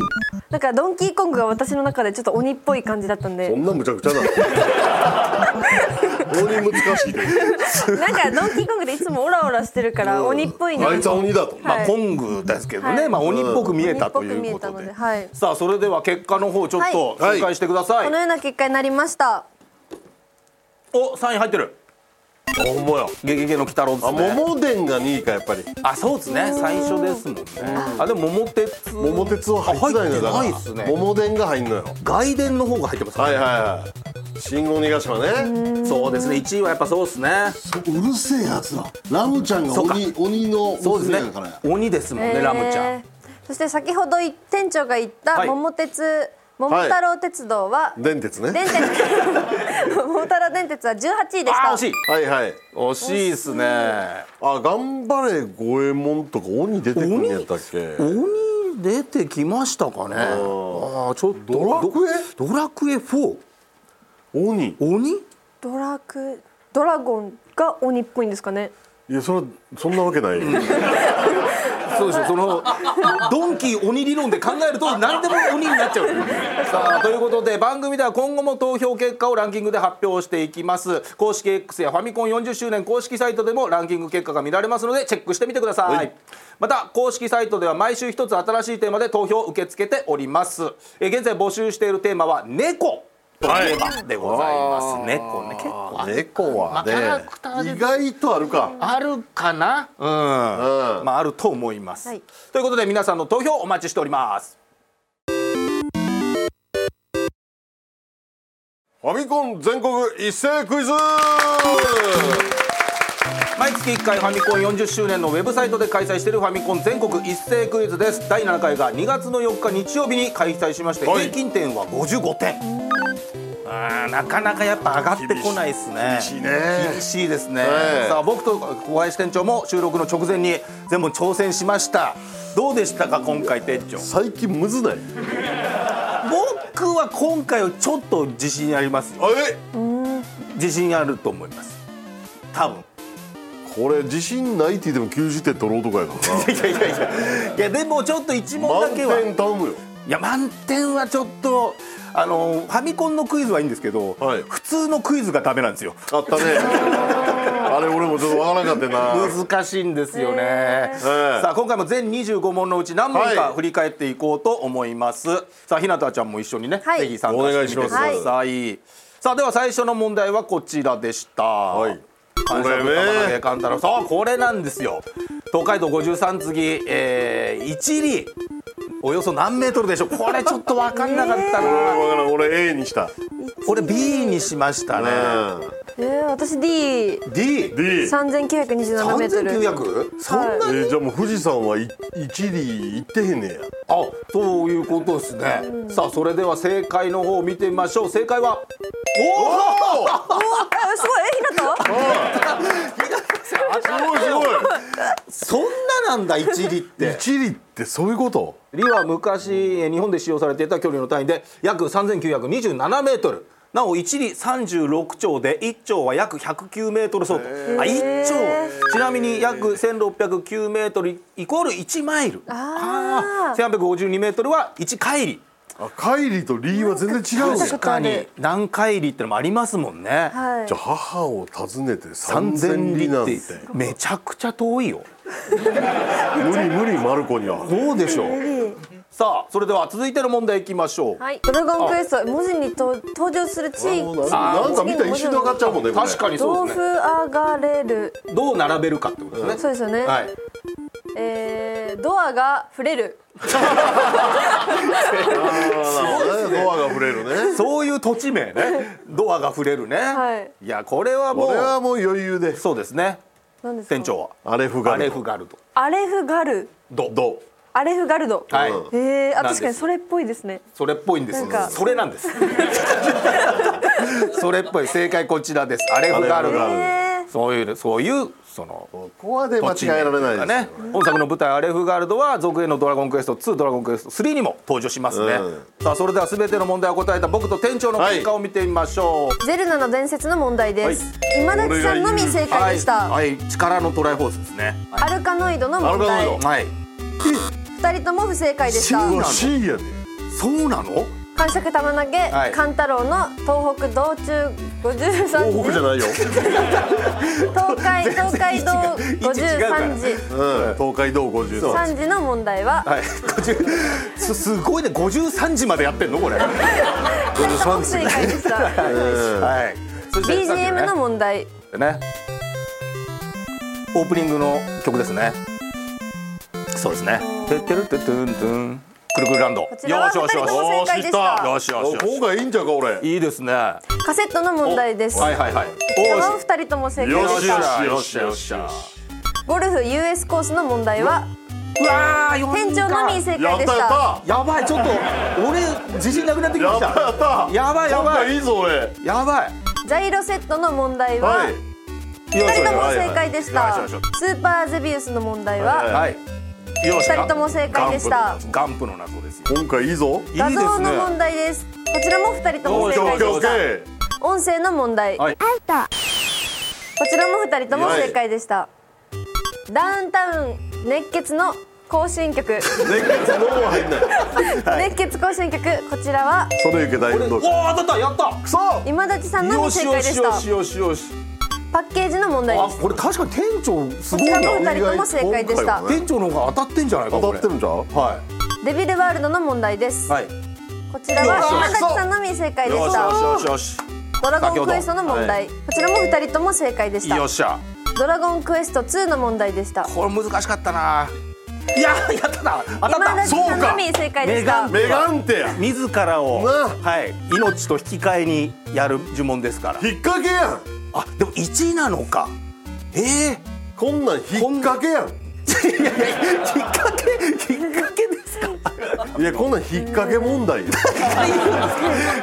[SPEAKER 3] なんかドンキーコングが私の中でちょっと鬼っぽい感じだったん
[SPEAKER 2] こ
[SPEAKER 3] で
[SPEAKER 2] んなむちゃくち ゃなの鬼難しいで
[SPEAKER 3] なんかドンキーコングでいつもオラオラしてるから鬼っぽいな
[SPEAKER 2] あいつは鬼だと
[SPEAKER 1] ま
[SPEAKER 3] は
[SPEAKER 1] あ
[SPEAKER 3] い
[SPEAKER 1] コングですけどね、
[SPEAKER 3] はい
[SPEAKER 1] まあ鬼っぽく見えたと
[SPEAKER 3] 鬼っぽく見
[SPEAKER 1] い
[SPEAKER 3] え
[SPEAKER 1] うこ
[SPEAKER 3] た
[SPEAKER 1] と
[SPEAKER 3] の
[SPEAKER 1] で、
[SPEAKER 3] ではい
[SPEAKER 1] さあそれでは結果の方ちょっと
[SPEAKER 2] はい
[SPEAKER 1] 紹介してください、
[SPEAKER 3] このような結果になりました
[SPEAKER 1] お3位入ってる
[SPEAKER 2] あほんまや
[SPEAKER 1] 「ゲゲゲの鬼太郎」です
[SPEAKER 2] あ
[SPEAKER 1] ね
[SPEAKER 2] 桃伝が2位かやっぱり
[SPEAKER 1] あそうですね最初ですもんねあでも桃鉄
[SPEAKER 2] 桃鉄は入ってないのよだ
[SPEAKER 1] あ入ってないっす
[SPEAKER 2] か
[SPEAKER 1] ね
[SPEAKER 2] ら桃伝が入んのよ
[SPEAKER 1] 外伝の方が入ってますね
[SPEAKER 2] はいはいはい新鬼ヶ島ね
[SPEAKER 1] そうですね1位はやっぱそうですね
[SPEAKER 4] うるせえやつだラムちゃんが
[SPEAKER 1] そうか
[SPEAKER 4] 鬼鬼の
[SPEAKER 1] そうで
[SPEAKER 4] 娘だ
[SPEAKER 1] す
[SPEAKER 4] からや
[SPEAKER 1] ね鬼ですもんね、ラムちゃ
[SPEAKER 3] え
[SPEAKER 1] ん
[SPEAKER 3] ーそして先ほどい店長が言っ
[SPEAKER 1] は
[SPEAKER 3] た
[SPEAKER 1] い
[SPEAKER 3] 桃鉄桃太郎鉄道は
[SPEAKER 2] 電鉄ね
[SPEAKER 3] 電鉄 桃太郎電鉄は18位でし
[SPEAKER 1] あ
[SPEAKER 3] た
[SPEAKER 1] ー惜しい
[SPEAKER 2] はいはい
[SPEAKER 1] 惜しいですね
[SPEAKER 2] あ頑張れ五右衛門とか鬼出てくるんやったっけ
[SPEAKER 1] 鬼出てきましたかねああーちょっと
[SPEAKER 2] ドラクエ
[SPEAKER 1] ドドラクエ4
[SPEAKER 2] 鬼
[SPEAKER 1] 鬼
[SPEAKER 3] ドラクドラゴンが鬼っぽいんですかね
[SPEAKER 2] いやそれはそんなわけないよ
[SPEAKER 1] そうでしょそのドンキー鬼理論で考えると何でも鬼になっちゃうさあということで番組では今後も投票結果をランキングで発表していきます公式 X やファミコン40周年公式サイトでもランキング結果が見られますのでチェックしてみてください、
[SPEAKER 2] はい
[SPEAKER 1] また公式サイトでは毎週一つ新しいテーマで投票を受け付けておりますえ現在募集しているテーマは猫といえばでございます、猫ね結構
[SPEAKER 2] 猫は
[SPEAKER 1] まあキャラクターで
[SPEAKER 2] ね意外とあるか
[SPEAKER 1] あるかなうん
[SPEAKER 2] うん
[SPEAKER 1] まあ、あると思います、
[SPEAKER 3] はい
[SPEAKER 1] ということで皆さんの投票お待ちしております
[SPEAKER 2] ファミコン全国一斉クイズ
[SPEAKER 1] 毎月1回ファミコン40周年のウェブサイトで開催しているファミコン全国一斉クイズです第7回が2月の4日日曜日に開催しまして、
[SPEAKER 2] はい
[SPEAKER 1] 平均点は55点うんなかなかやっぱ上がってこないですね厳
[SPEAKER 2] しいね
[SPEAKER 1] 厳しいですね、
[SPEAKER 2] ええ
[SPEAKER 1] さあ僕と小林店長も収録の直前に全部挑戦しましたどうでしたか今回店長
[SPEAKER 2] 最近むずない
[SPEAKER 1] 僕は今回はちょっと自信ありますよ
[SPEAKER 2] あえ
[SPEAKER 1] 自信あると思います多 分
[SPEAKER 2] これ自信ないって言っても90点取ろうとかやからな
[SPEAKER 1] いやいやいやいやでもちょっと一問だ
[SPEAKER 2] 満
[SPEAKER 1] けは
[SPEAKER 2] 点頼むよ
[SPEAKER 1] いや満点はちょっとあのファミコンのクイズはいいんですけど、
[SPEAKER 2] はい
[SPEAKER 1] 普通のクイズがダメなんですよ
[SPEAKER 2] あったね あれ俺もちょっとわからなかったな
[SPEAKER 1] 難しいんですよね、
[SPEAKER 2] ー
[SPEAKER 1] さあ今回も全25問のうち何問
[SPEAKER 2] は
[SPEAKER 1] か
[SPEAKER 2] い
[SPEAKER 1] 振り返っていこうと思います、さあひなたちゃんも一緒にね、
[SPEAKER 3] はい
[SPEAKER 1] ぜひ参加してみてください
[SPEAKER 3] お願いし
[SPEAKER 1] さあでは最初の問題はこちらでした
[SPEAKER 2] はい
[SPEAKER 1] これ
[SPEAKER 2] これね
[SPEAKER 1] ね勘太郎そうこれなんですよ東海道53次、えー、一里およそ何メートルでしょうこれちょっと分かんなかったな、
[SPEAKER 2] 俺わからん俺 A にした
[SPEAKER 1] これ B にしましたね、
[SPEAKER 2] う
[SPEAKER 3] えー、私 D
[SPEAKER 1] D?
[SPEAKER 2] ん D
[SPEAKER 3] 三千九百二十七メートル。
[SPEAKER 1] 3900? そんなに、
[SPEAKER 2] えーじゃあもう富士山はい一里行ってへんねや
[SPEAKER 1] あ、ということですね。さあ、それでは正解の方を見てみましょう。正解は。おお。
[SPEAKER 3] あすごいえひなた？
[SPEAKER 2] すごいすごい
[SPEAKER 1] そんななんだ、一里 って。
[SPEAKER 2] 一里ってそういうこと
[SPEAKER 1] 里は昔、えー日本で使用されていた距離の単位で、約三千九百二十七メートル。なお一里三十六丁で一丁は約百九メートル相当。あ、一丁。ちなみに約千六百九メートルイコール一マイル。
[SPEAKER 3] あ
[SPEAKER 1] 千八百五十二メートルは一海里。
[SPEAKER 2] あ海里と里は全然違うんや
[SPEAKER 3] なん
[SPEAKER 2] じゃ
[SPEAKER 1] 確
[SPEAKER 2] あ
[SPEAKER 1] かに南海里ってのもありますもんね。
[SPEAKER 3] あはい。
[SPEAKER 2] 母を訪ねて
[SPEAKER 1] 三
[SPEAKER 2] 三千
[SPEAKER 1] 千
[SPEAKER 2] 里
[SPEAKER 1] 里
[SPEAKER 2] な
[SPEAKER 1] っ
[SPEAKER 2] んて
[SPEAKER 1] てめちゃくちゃ遠いよ
[SPEAKER 2] 無理無理マルコには
[SPEAKER 1] どうでしょうさあそれでは続いての問題いきましょう、
[SPEAKER 3] はい。ドラゴンクエスト文字にと登場する地域。
[SPEAKER 2] なんか見たら一瞬で分かっちゃうもんねこれ
[SPEAKER 1] 確かにそう
[SPEAKER 3] 豆
[SPEAKER 1] で
[SPEAKER 3] 腐
[SPEAKER 1] すね
[SPEAKER 3] あがれる。
[SPEAKER 1] どう並べるかってことです
[SPEAKER 3] そ
[SPEAKER 1] ね、
[SPEAKER 3] うですよね。
[SPEAKER 1] はい
[SPEAKER 3] えー、ドアが触れる。
[SPEAKER 2] ドアが触れるね
[SPEAKER 1] そういう土地名ねドアが触れるね、
[SPEAKER 3] はい
[SPEAKER 1] いやこれはもう
[SPEAKER 2] これはもう余裕で
[SPEAKER 1] そうですね
[SPEAKER 3] なんですか？
[SPEAKER 1] 店。長は
[SPEAKER 2] アレフ
[SPEAKER 1] ア
[SPEAKER 2] ガ
[SPEAKER 1] レ
[SPEAKER 2] ル
[SPEAKER 1] フガルド
[SPEAKER 3] アレフガル。
[SPEAKER 1] ドド
[SPEAKER 3] アレフガルド。
[SPEAKER 1] はい、
[SPEAKER 3] えー、あ
[SPEAKER 1] なんです
[SPEAKER 3] 確かにそれっぽいですね。
[SPEAKER 1] それっぽいんです
[SPEAKER 3] なんか
[SPEAKER 1] それなん ですそれっぽい正解こちらですアレフガル
[SPEAKER 2] アレフガルド
[SPEAKER 1] ド
[SPEAKER 3] えー、
[SPEAKER 1] そういうそういうその
[SPEAKER 2] ここはで間違えられないです
[SPEAKER 1] ね本作の舞台アレフガルドは続編の「ドラゴンクエスト2」「ドラゴンクエスト3」にも登場しますね、
[SPEAKER 2] うん
[SPEAKER 1] さあそれでは全ての問題を答えた僕と店長の結果を見てみましょう
[SPEAKER 3] ゼルダの伝説の問題です。今立さんのみ正解でした。
[SPEAKER 1] はい、はい力のトライフォースですね
[SPEAKER 3] アルカノイドの問
[SPEAKER 2] アルカ
[SPEAKER 3] 題
[SPEAKER 2] ノイド
[SPEAKER 1] はい
[SPEAKER 3] 二人とも不正解でし
[SPEAKER 2] C
[SPEAKER 3] た
[SPEAKER 1] なの
[SPEAKER 2] は C やで
[SPEAKER 1] そうなの
[SPEAKER 3] 感触玉投げ、
[SPEAKER 1] はい
[SPEAKER 3] 勘太郎の東北道中53
[SPEAKER 2] 東北じゃ
[SPEAKER 3] 時
[SPEAKER 2] ないよ
[SPEAKER 3] 東海東海道53時
[SPEAKER 2] うん東海道50度
[SPEAKER 3] 3時の問題は
[SPEAKER 1] はい50すすごいね53時までやってんのこれ、は
[SPEAKER 3] 二人とも不正解で した
[SPEAKER 1] い、そしてさっき
[SPEAKER 3] BGM の問題
[SPEAKER 1] ねオープニングの曲ですねそうですねてってるてってんてんくるくるランドよ
[SPEAKER 3] こちらは
[SPEAKER 1] しよしよ
[SPEAKER 3] 二人とも正
[SPEAKER 1] し
[SPEAKER 3] 解でした
[SPEAKER 1] よしよしよし
[SPEAKER 2] 今回いいんちゃうか俺
[SPEAKER 1] いいですねは
[SPEAKER 3] カセットの問題です
[SPEAKER 1] いはいはい
[SPEAKER 3] これ
[SPEAKER 1] お
[SPEAKER 3] も
[SPEAKER 1] ーし
[SPEAKER 3] 二人とも正
[SPEAKER 2] よ
[SPEAKER 3] 解で
[SPEAKER 2] し
[SPEAKER 3] し
[SPEAKER 2] よ
[SPEAKER 3] た
[SPEAKER 2] しよしよしよし
[SPEAKER 3] ゴルフ US コースの問題は
[SPEAKER 1] うわー四
[SPEAKER 3] 店
[SPEAKER 1] 人か
[SPEAKER 3] 長のみ正
[SPEAKER 2] や
[SPEAKER 3] 解
[SPEAKER 2] っ
[SPEAKER 3] で
[SPEAKER 2] た
[SPEAKER 3] し
[SPEAKER 2] やったた
[SPEAKER 1] やばいちょっと俺自信なくなってきま
[SPEAKER 2] やっ
[SPEAKER 1] した
[SPEAKER 2] やった
[SPEAKER 1] たやばいや
[SPEAKER 2] 今
[SPEAKER 1] ば
[SPEAKER 2] 回
[SPEAKER 1] い
[SPEAKER 2] いいぞ俺
[SPEAKER 1] やばい
[SPEAKER 3] ジャイロセットの問題は
[SPEAKER 2] はい
[SPEAKER 1] よ
[SPEAKER 3] 二
[SPEAKER 1] し
[SPEAKER 3] 人
[SPEAKER 1] よ
[SPEAKER 3] とも
[SPEAKER 1] し
[SPEAKER 3] 正解でし
[SPEAKER 1] よ
[SPEAKER 3] た
[SPEAKER 1] し
[SPEAKER 3] ス
[SPEAKER 1] よし
[SPEAKER 3] ーパーゼビウスの問題
[SPEAKER 2] はい
[SPEAKER 3] は
[SPEAKER 1] はいよし
[SPEAKER 3] 二人とも正解でした
[SPEAKER 1] ガンプの謎ですよ
[SPEAKER 2] 今回いいぞ
[SPEAKER 1] いいで
[SPEAKER 3] 画
[SPEAKER 1] すね
[SPEAKER 3] 像の問題ですこちらも二人とも
[SPEAKER 2] オッ
[SPEAKER 3] 正
[SPEAKER 2] ケーオッ
[SPEAKER 3] 解
[SPEAKER 2] ケ
[SPEAKER 3] で
[SPEAKER 2] ーオ
[SPEAKER 3] し
[SPEAKER 2] ッケ
[SPEAKER 3] た
[SPEAKER 2] ー
[SPEAKER 3] 音声の問題
[SPEAKER 1] はい
[SPEAKER 3] こちらも二人とも正解でしたダウンタウン熱血の行進曲、
[SPEAKER 2] 熱血のは入んない
[SPEAKER 3] 熱血行進曲こちらは
[SPEAKER 2] それゆけ大運動会
[SPEAKER 1] おお当たったやった
[SPEAKER 2] くそ
[SPEAKER 3] 今立さんのみ
[SPEAKER 2] よ
[SPEAKER 3] 正
[SPEAKER 2] し
[SPEAKER 3] 解
[SPEAKER 2] よ
[SPEAKER 3] で
[SPEAKER 2] し
[SPEAKER 3] し
[SPEAKER 2] よ
[SPEAKER 3] た
[SPEAKER 2] しよしよし
[SPEAKER 3] パッケージの問題
[SPEAKER 1] あ
[SPEAKER 3] です
[SPEAKER 1] これ確かに店長す
[SPEAKER 3] こ
[SPEAKER 1] ごい
[SPEAKER 3] ち
[SPEAKER 1] な
[SPEAKER 3] らのお二人とも正解でし
[SPEAKER 2] 意外
[SPEAKER 3] た
[SPEAKER 2] と
[SPEAKER 1] 店長の方が当たってんじゃないか
[SPEAKER 2] 当
[SPEAKER 1] こ
[SPEAKER 2] た
[SPEAKER 1] れ
[SPEAKER 2] ってるんちゃう
[SPEAKER 1] は
[SPEAKER 3] デビルワールドの問題です
[SPEAKER 1] いはい
[SPEAKER 3] こちらは今立さんのみ正解で
[SPEAKER 1] よ
[SPEAKER 3] し
[SPEAKER 1] しよ
[SPEAKER 3] た
[SPEAKER 1] しよしよ
[SPEAKER 3] ドラゴンクエストの問題
[SPEAKER 1] 先
[SPEAKER 3] こちらも二人とも正解でし
[SPEAKER 1] したよっしゃ
[SPEAKER 3] ドラゴンクエスト2の問題でした
[SPEAKER 1] これ難しかったないややったな当たっ
[SPEAKER 3] 今
[SPEAKER 1] た
[SPEAKER 3] 立さんのみ正解でした
[SPEAKER 1] メ
[SPEAKER 2] メガンテや
[SPEAKER 1] 自らを、
[SPEAKER 2] うわ
[SPEAKER 1] はい、命と引き換えにやる呪文ですから
[SPEAKER 2] 引っ掛けやん
[SPEAKER 1] あでも1位なのかえ
[SPEAKER 2] こんなん引っ掛けやん
[SPEAKER 1] えいやいや引っ掛け引っ掛けですか
[SPEAKER 2] いやこんなん引っ掛け問題や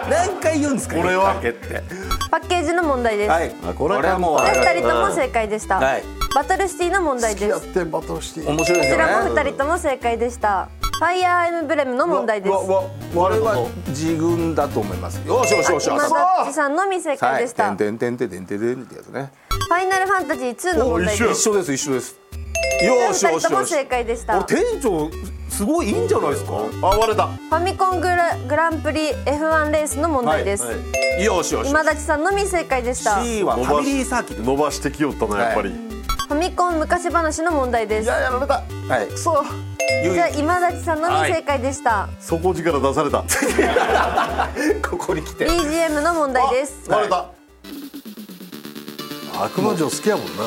[SPEAKER 1] 何回言うんですか
[SPEAKER 2] これは
[SPEAKER 1] 引っ掛けって
[SPEAKER 3] パッケージの問題です、
[SPEAKER 1] はい
[SPEAKER 2] あ
[SPEAKER 1] こ
[SPEAKER 2] これ
[SPEAKER 1] れはもう
[SPEAKER 3] これ二人とも正解でした、
[SPEAKER 1] はい
[SPEAKER 3] バトルシティの問題です
[SPEAKER 2] やってバトルして
[SPEAKER 1] 面白い
[SPEAKER 3] こ
[SPEAKER 1] で
[SPEAKER 3] ち
[SPEAKER 1] すよ
[SPEAKER 3] らも
[SPEAKER 1] ね
[SPEAKER 3] 二人とも正解でしたファイアーエムブレムの問題です
[SPEAKER 2] わわ
[SPEAKER 1] こ
[SPEAKER 2] わ
[SPEAKER 1] れ
[SPEAKER 2] 我
[SPEAKER 1] は
[SPEAKER 2] 々
[SPEAKER 1] 自分だと思いますよしよしよしよ
[SPEAKER 3] 今
[SPEAKER 1] し
[SPEAKER 3] 立さんのみ正解でした、
[SPEAKER 1] はい、てんてんてんてんてんてんってやつね
[SPEAKER 3] ファイナルファンタジー2の問題
[SPEAKER 2] お
[SPEAKER 3] で
[SPEAKER 2] 一
[SPEAKER 3] す
[SPEAKER 1] 一緒です一緒ですよし
[SPEAKER 3] 二
[SPEAKER 1] よ
[SPEAKER 3] 人
[SPEAKER 1] し
[SPEAKER 3] とも
[SPEAKER 1] よし
[SPEAKER 3] 正解でしたフ
[SPEAKER 1] これ店長すごいいいんじゃないですか
[SPEAKER 2] あ割れた
[SPEAKER 3] ァミコングラグランプリ F1 レースの問題です、
[SPEAKER 2] はいはい
[SPEAKER 1] よしよし
[SPEAKER 3] 今立さんのみ正解でしたフ
[SPEAKER 1] C はファミリーサーキット
[SPEAKER 2] 伸ばしてきよったなやっぱり、
[SPEAKER 1] は
[SPEAKER 3] ァミコン昔話の問題です
[SPEAKER 2] やられた
[SPEAKER 1] はい
[SPEAKER 2] くそ
[SPEAKER 1] 唯
[SPEAKER 3] じゃあ
[SPEAKER 1] 一
[SPEAKER 3] 今立さんのみ正解でした、
[SPEAKER 2] 底力出された
[SPEAKER 1] ここに来て
[SPEAKER 3] BGM の問題です
[SPEAKER 2] 割れた、悪魔城好きやもんな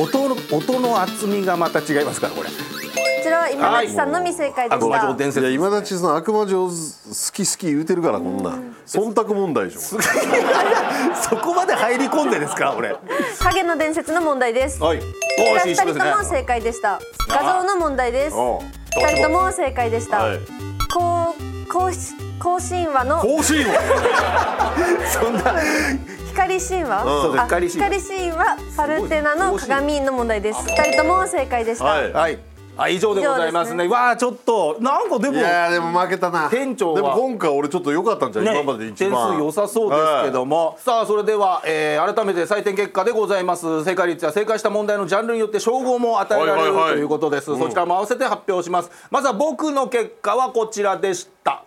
[SPEAKER 1] 音の音の厚みがまた違いますからこれ
[SPEAKER 3] こちらは今立さんのみ正解でした、
[SPEAKER 1] 魔女伝
[SPEAKER 2] いや
[SPEAKER 1] 説
[SPEAKER 2] 今立さん悪魔城好き好き言うてるからこんな忖度問題でしょ
[SPEAKER 1] そこまで入り込んでです か俺
[SPEAKER 3] 影の伝説の問題です
[SPEAKER 1] はい
[SPEAKER 3] こ
[SPEAKER 1] お
[SPEAKER 3] ちら二人とも正解でした画像の問題です
[SPEAKER 2] おう
[SPEAKER 3] 二人とも正解でした、
[SPEAKER 2] はい
[SPEAKER 3] こうこうし更新話の
[SPEAKER 2] 甲子園は
[SPEAKER 1] そんな
[SPEAKER 3] 光神話、
[SPEAKER 1] んそうです
[SPEAKER 3] あ
[SPEAKER 1] 光
[SPEAKER 3] 光
[SPEAKER 1] 神話
[SPEAKER 3] 神話パルテナの鏡の問題です二人とも正解でした、
[SPEAKER 2] はい
[SPEAKER 1] はいあ以上でございますね
[SPEAKER 3] 以上ですね
[SPEAKER 1] わあちょっとなんかでも
[SPEAKER 2] いやーでも負けたな
[SPEAKER 1] 店長は
[SPEAKER 2] でも今回俺ちょっと良かったんじゃん、
[SPEAKER 1] ね
[SPEAKER 2] 今まで、一
[SPEAKER 1] 点
[SPEAKER 2] 番
[SPEAKER 1] 数良さそうですけども、さあそれでは、えー改めて採点結果でございます正解率や正解した問題のジャンルによって称号も与えられる
[SPEAKER 2] はいはいはい
[SPEAKER 1] ということです、そちらも合わせて発表しますまずは僕の結果はこちらでした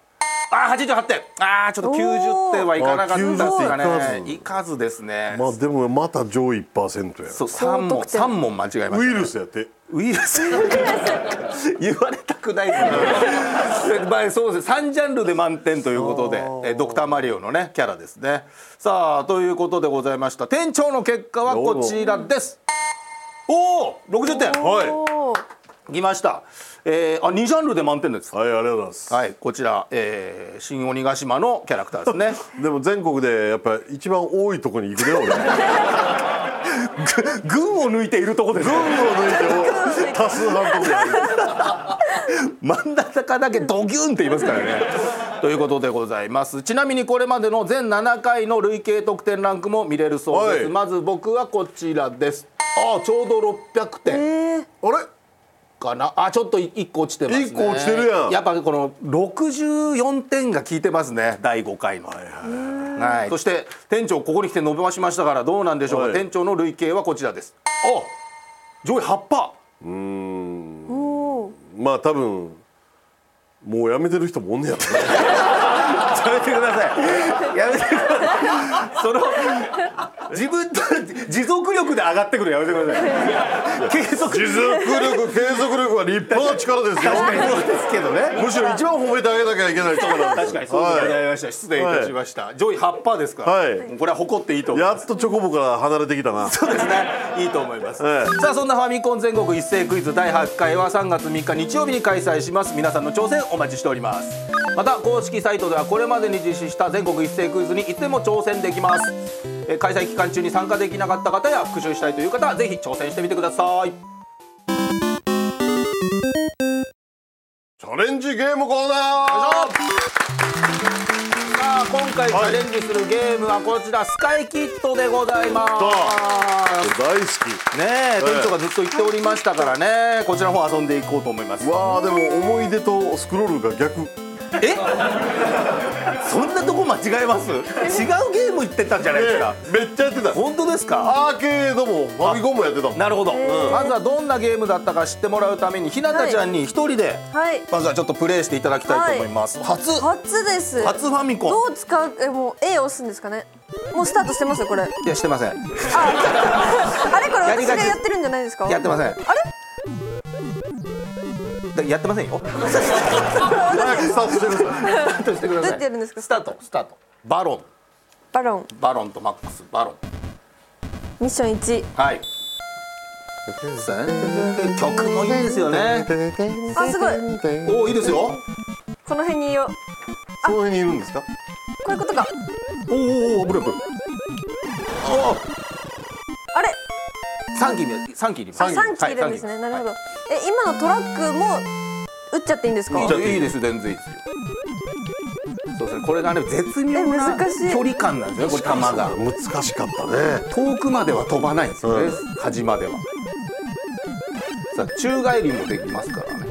[SPEAKER 1] あー88点あーちょっと90点はいかなかったですか
[SPEAKER 2] あー90点いかず
[SPEAKER 1] ねいかずですね、
[SPEAKER 2] まあでもまた上位1%や
[SPEAKER 1] そう3問三問間違えました
[SPEAKER 2] ウイルスやって
[SPEAKER 1] ウイルス 言われたくないですねまあそうです3ジャンルで満点ということでえドクターマリオのねキャラですねさあということでございました店長の結果はこちらですおお60点
[SPEAKER 2] は
[SPEAKER 3] おー
[SPEAKER 1] きました、えー、あ2ジャンルで満点です
[SPEAKER 2] いはいありがとうございます、
[SPEAKER 1] はいこちら、えー、新鬼ヶ島のキャラクターですね
[SPEAKER 2] でも全国でやっぱ一番多いとこに行くね俺
[SPEAKER 1] 群を抜いているとこですね
[SPEAKER 2] 群を抜いて多数派のとこ に
[SPEAKER 1] 真ん中だけドギュンって言いますからね。ということでございますちなみにこれまでの全7回の累計得点ランクも見れるそうです、
[SPEAKER 2] はい
[SPEAKER 1] まず僕はこちらですああちょうど600点かなあちょっと1個落ちてますね
[SPEAKER 2] 一個落ちてるやん
[SPEAKER 1] やっぱこの64点が効いてますね第5回のはい、そして店長ここに来て伸ばしましたからどうなんでしょうか、
[SPEAKER 2] はい
[SPEAKER 1] 店長の累計はこちらですあ上位8%
[SPEAKER 2] まあ多分もうやめてる人もおんねやろね
[SPEAKER 1] やめてください。やめてください。その自分と持続力で上がってくるのやめてください。継続
[SPEAKER 2] 持
[SPEAKER 1] 力
[SPEAKER 2] 続力継続力は立派な力ですよ
[SPEAKER 1] 確かにそうですけどね。
[SPEAKER 2] むしろ一番褒めてあげなきゃいけない人なんで
[SPEAKER 1] 確
[SPEAKER 2] す
[SPEAKER 1] かにそうでご
[SPEAKER 2] は
[SPEAKER 1] ざいました。失礼いたしました。上位8%ですから。
[SPEAKER 2] はい
[SPEAKER 1] もうこれは誇っていいと
[SPEAKER 2] い
[SPEAKER 1] 思います。
[SPEAKER 2] やっとチョコボから離れてきたな
[SPEAKER 1] そうですね。いいと思います。
[SPEAKER 2] ええ
[SPEAKER 1] さあそんなファミコン全国一斉クイズ第8回は3月3日日曜日に開催します。皆さんの挑戦お待ちしております。また公式サイトではこれまでに実施した全国一斉クイズにいつでも挑戦できます。えー開催期間中に参加できなかった方や復習したいという方はぜひ挑戦してみてください。
[SPEAKER 2] チャレンジゲームコーナー
[SPEAKER 1] さあ今回チ
[SPEAKER 2] は
[SPEAKER 1] ャ
[SPEAKER 2] い
[SPEAKER 1] レンジするゲームはこちらスカイキットでございます。
[SPEAKER 2] 大好
[SPEAKER 1] ねえ、店長がずっと言っておりましたからねこちらの方遊んでいこうと思います
[SPEAKER 2] きわあでも思い出とスクロールが逆
[SPEAKER 1] えそんなとこ間違えます違うゲーム言ってたんじゃないですか
[SPEAKER 2] めっちゃやってた
[SPEAKER 1] 本当ですか
[SPEAKER 2] アーケードもファミコンもやってたもん
[SPEAKER 1] なるほど、まずはどんなゲームだったか知ってもらうためにひなたちゃんに一人で、
[SPEAKER 3] はい
[SPEAKER 1] まずはちょっとプレイしていただきたいと思います、初
[SPEAKER 3] 初です
[SPEAKER 1] 初ファミコン
[SPEAKER 3] どう使うえもう A 押すんですかねもうスタートしてますよこ れあ
[SPEAKER 1] いやしてません
[SPEAKER 3] あれこれ
[SPEAKER 1] やり
[SPEAKER 3] 私
[SPEAKER 1] が
[SPEAKER 3] が
[SPEAKER 1] ち
[SPEAKER 3] やってるんじゃないですか
[SPEAKER 1] やってません
[SPEAKER 3] あれ
[SPEAKER 1] だやってませんよ
[SPEAKER 2] 早くスタートしてくださ
[SPEAKER 1] スタートしてください
[SPEAKER 2] い
[SPEAKER 3] どうやってやるんですか
[SPEAKER 1] スタートスタートバロン
[SPEAKER 3] バロン
[SPEAKER 1] バロンとマックスバロン
[SPEAKER 3] ミッション1
[SPEAKER 1] はい曲もいいですよね
[SPEAKER 3] あすごい
[SPEAKER 1] おおいいですよ
[SPEAKER 3] この辺にいよう
[SPEAKER 2] その辺にいるんですか
[SPEAKER 3] こういうことか
[SPEAKER 1] おーおーおーブルブルおお
[SPEAKER 3] あれ
[SPEAKER 1] 三機いる三機いります
[SPEAKER 3] あ三機いるんですね、なるほど、え今のトラックも打っちゃっていいんですか
[SPEAKER 1] どいいです全然いいですよそうですねこれがね絶妙
[SPEAKER 3] え
[SPEAKER 1] な
[SPEAKER 3] 難しい
[SPEAKER 1] 距離感なんですねこれ球が
[SPEAKER 2] 難しかったね
[SPEAKER 1] 遠くまでは飛ばないんですよね
[SPEAKER 2] う
[SPEAKER 1] 端まではさあ宙返りもできますからね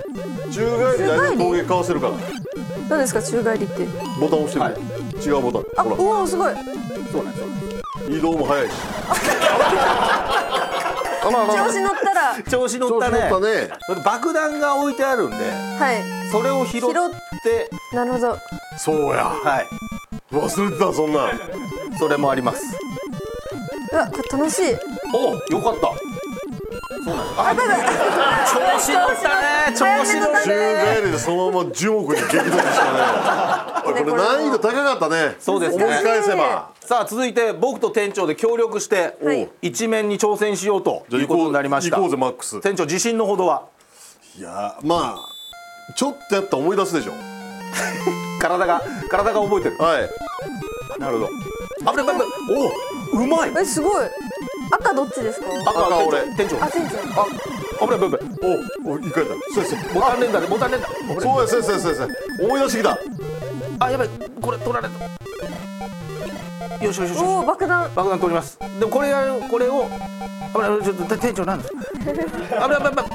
[SPEAKER 2] 宙返りで相手の峠かわせるから
[SPEAKER 3] 何ですか宙返りって
[SPEAKER 2] ボタン押してみる、違うボタ
[SPEAKER 3] あ
[SPEAKER 2] ン
[SPEAKER 3] う
[SPEAKER 2] ほ
[SPEAKER 3] おーすごい
[SPEAKER 1] そうなんですよ
[SPEAKER 2] ら移動も早いし
[SPEAKER 1] あまあまあま
[SPEAKER 3] 調
[SPEAKER 1] あ
[SPEAKER 3] 子乗ったら
[SPEAKER 1] 調子乗
[SPEAKER 2] 調
[SPEAKER 1] っ
[SPEAKER 2] 子乗
[SPEAKER 1] た
[SPEAKER 2] っ
[SPEAKER 1] ね
[SPEAKER 2] たね
[SPEAKER 1] 爆弾が置いてあるんで
[SPEAKER 3] はい
[SPEAKER 1] それを拾って
[SPEAKER 3] 拾なるほど
[SPEAKER 2] そうや
[SPEAKER 1] はい
[SPEAKER 2] 忘れてたそんなん
[SPEAKER 1] それもあります
[SPEAKER 3] うわこれ楽しい
[SPEAKER 1] およかったそうなんですあ調子乗ったね調
[SPEAKER 3] 早
[SPEAKER 1] 子
[SPEAKER 3] め
[SPEAKER 1] 乗
[SPEAKER 3] の
[SPEAKER 1] っ
[SPEAKER 2] 宙返りでそのまま樹木に激 突したねおいこれ難易度高かったね
[SPEAKER 1] そうですね
[SPEAKER 2] 思い返せば
[SPEAKER 1] さあ続いて僕と店長で協力して
[SPEAKER 3] はい
[SPEAKER 1] 一面に挑戦しようということになりました
[SPEAKER 2] 行こうぜマックス
[SPEAKER 1] 店長自信のほどはい
[SPEAKER 2] やまあちょっとやったら思い出すでしょ
[SPEAKER 1] 体が体が覚えてる
[SPEAKER 2] はい
[SPEAKER 1] なるほど危ない危ない危ないおうまい
[SPEAKER 3] えすごい赤どっちですか
[SPEAKER 1] 赤
[SPEAKER 2] 赤
[SPEAKER 1] は
[SPEAKER 2] 俺
[SPEAKER 1] 店長
[SPEAKER 3] あ
[SPEAKER 1] 店
[SPEAKER 3] 店長
[SPEAKER 1] 長あ危ない危ない危ない
[SPEAKER 2] おおいかれたそうやそうや
[SPEAKER 1] ボタン連打でボタン連打
[SPEAKER 2] そうやそうやそうやそうや思い出してきた
[SPEAKER 1] あやばいこれ取られたよしよしよしよし
[SPEAKER 3] おお爆弾
[SPEAKER 1] 爆弾取りますでもこれやるこれを危ないちょっとて店長なん です危ない危ない危ない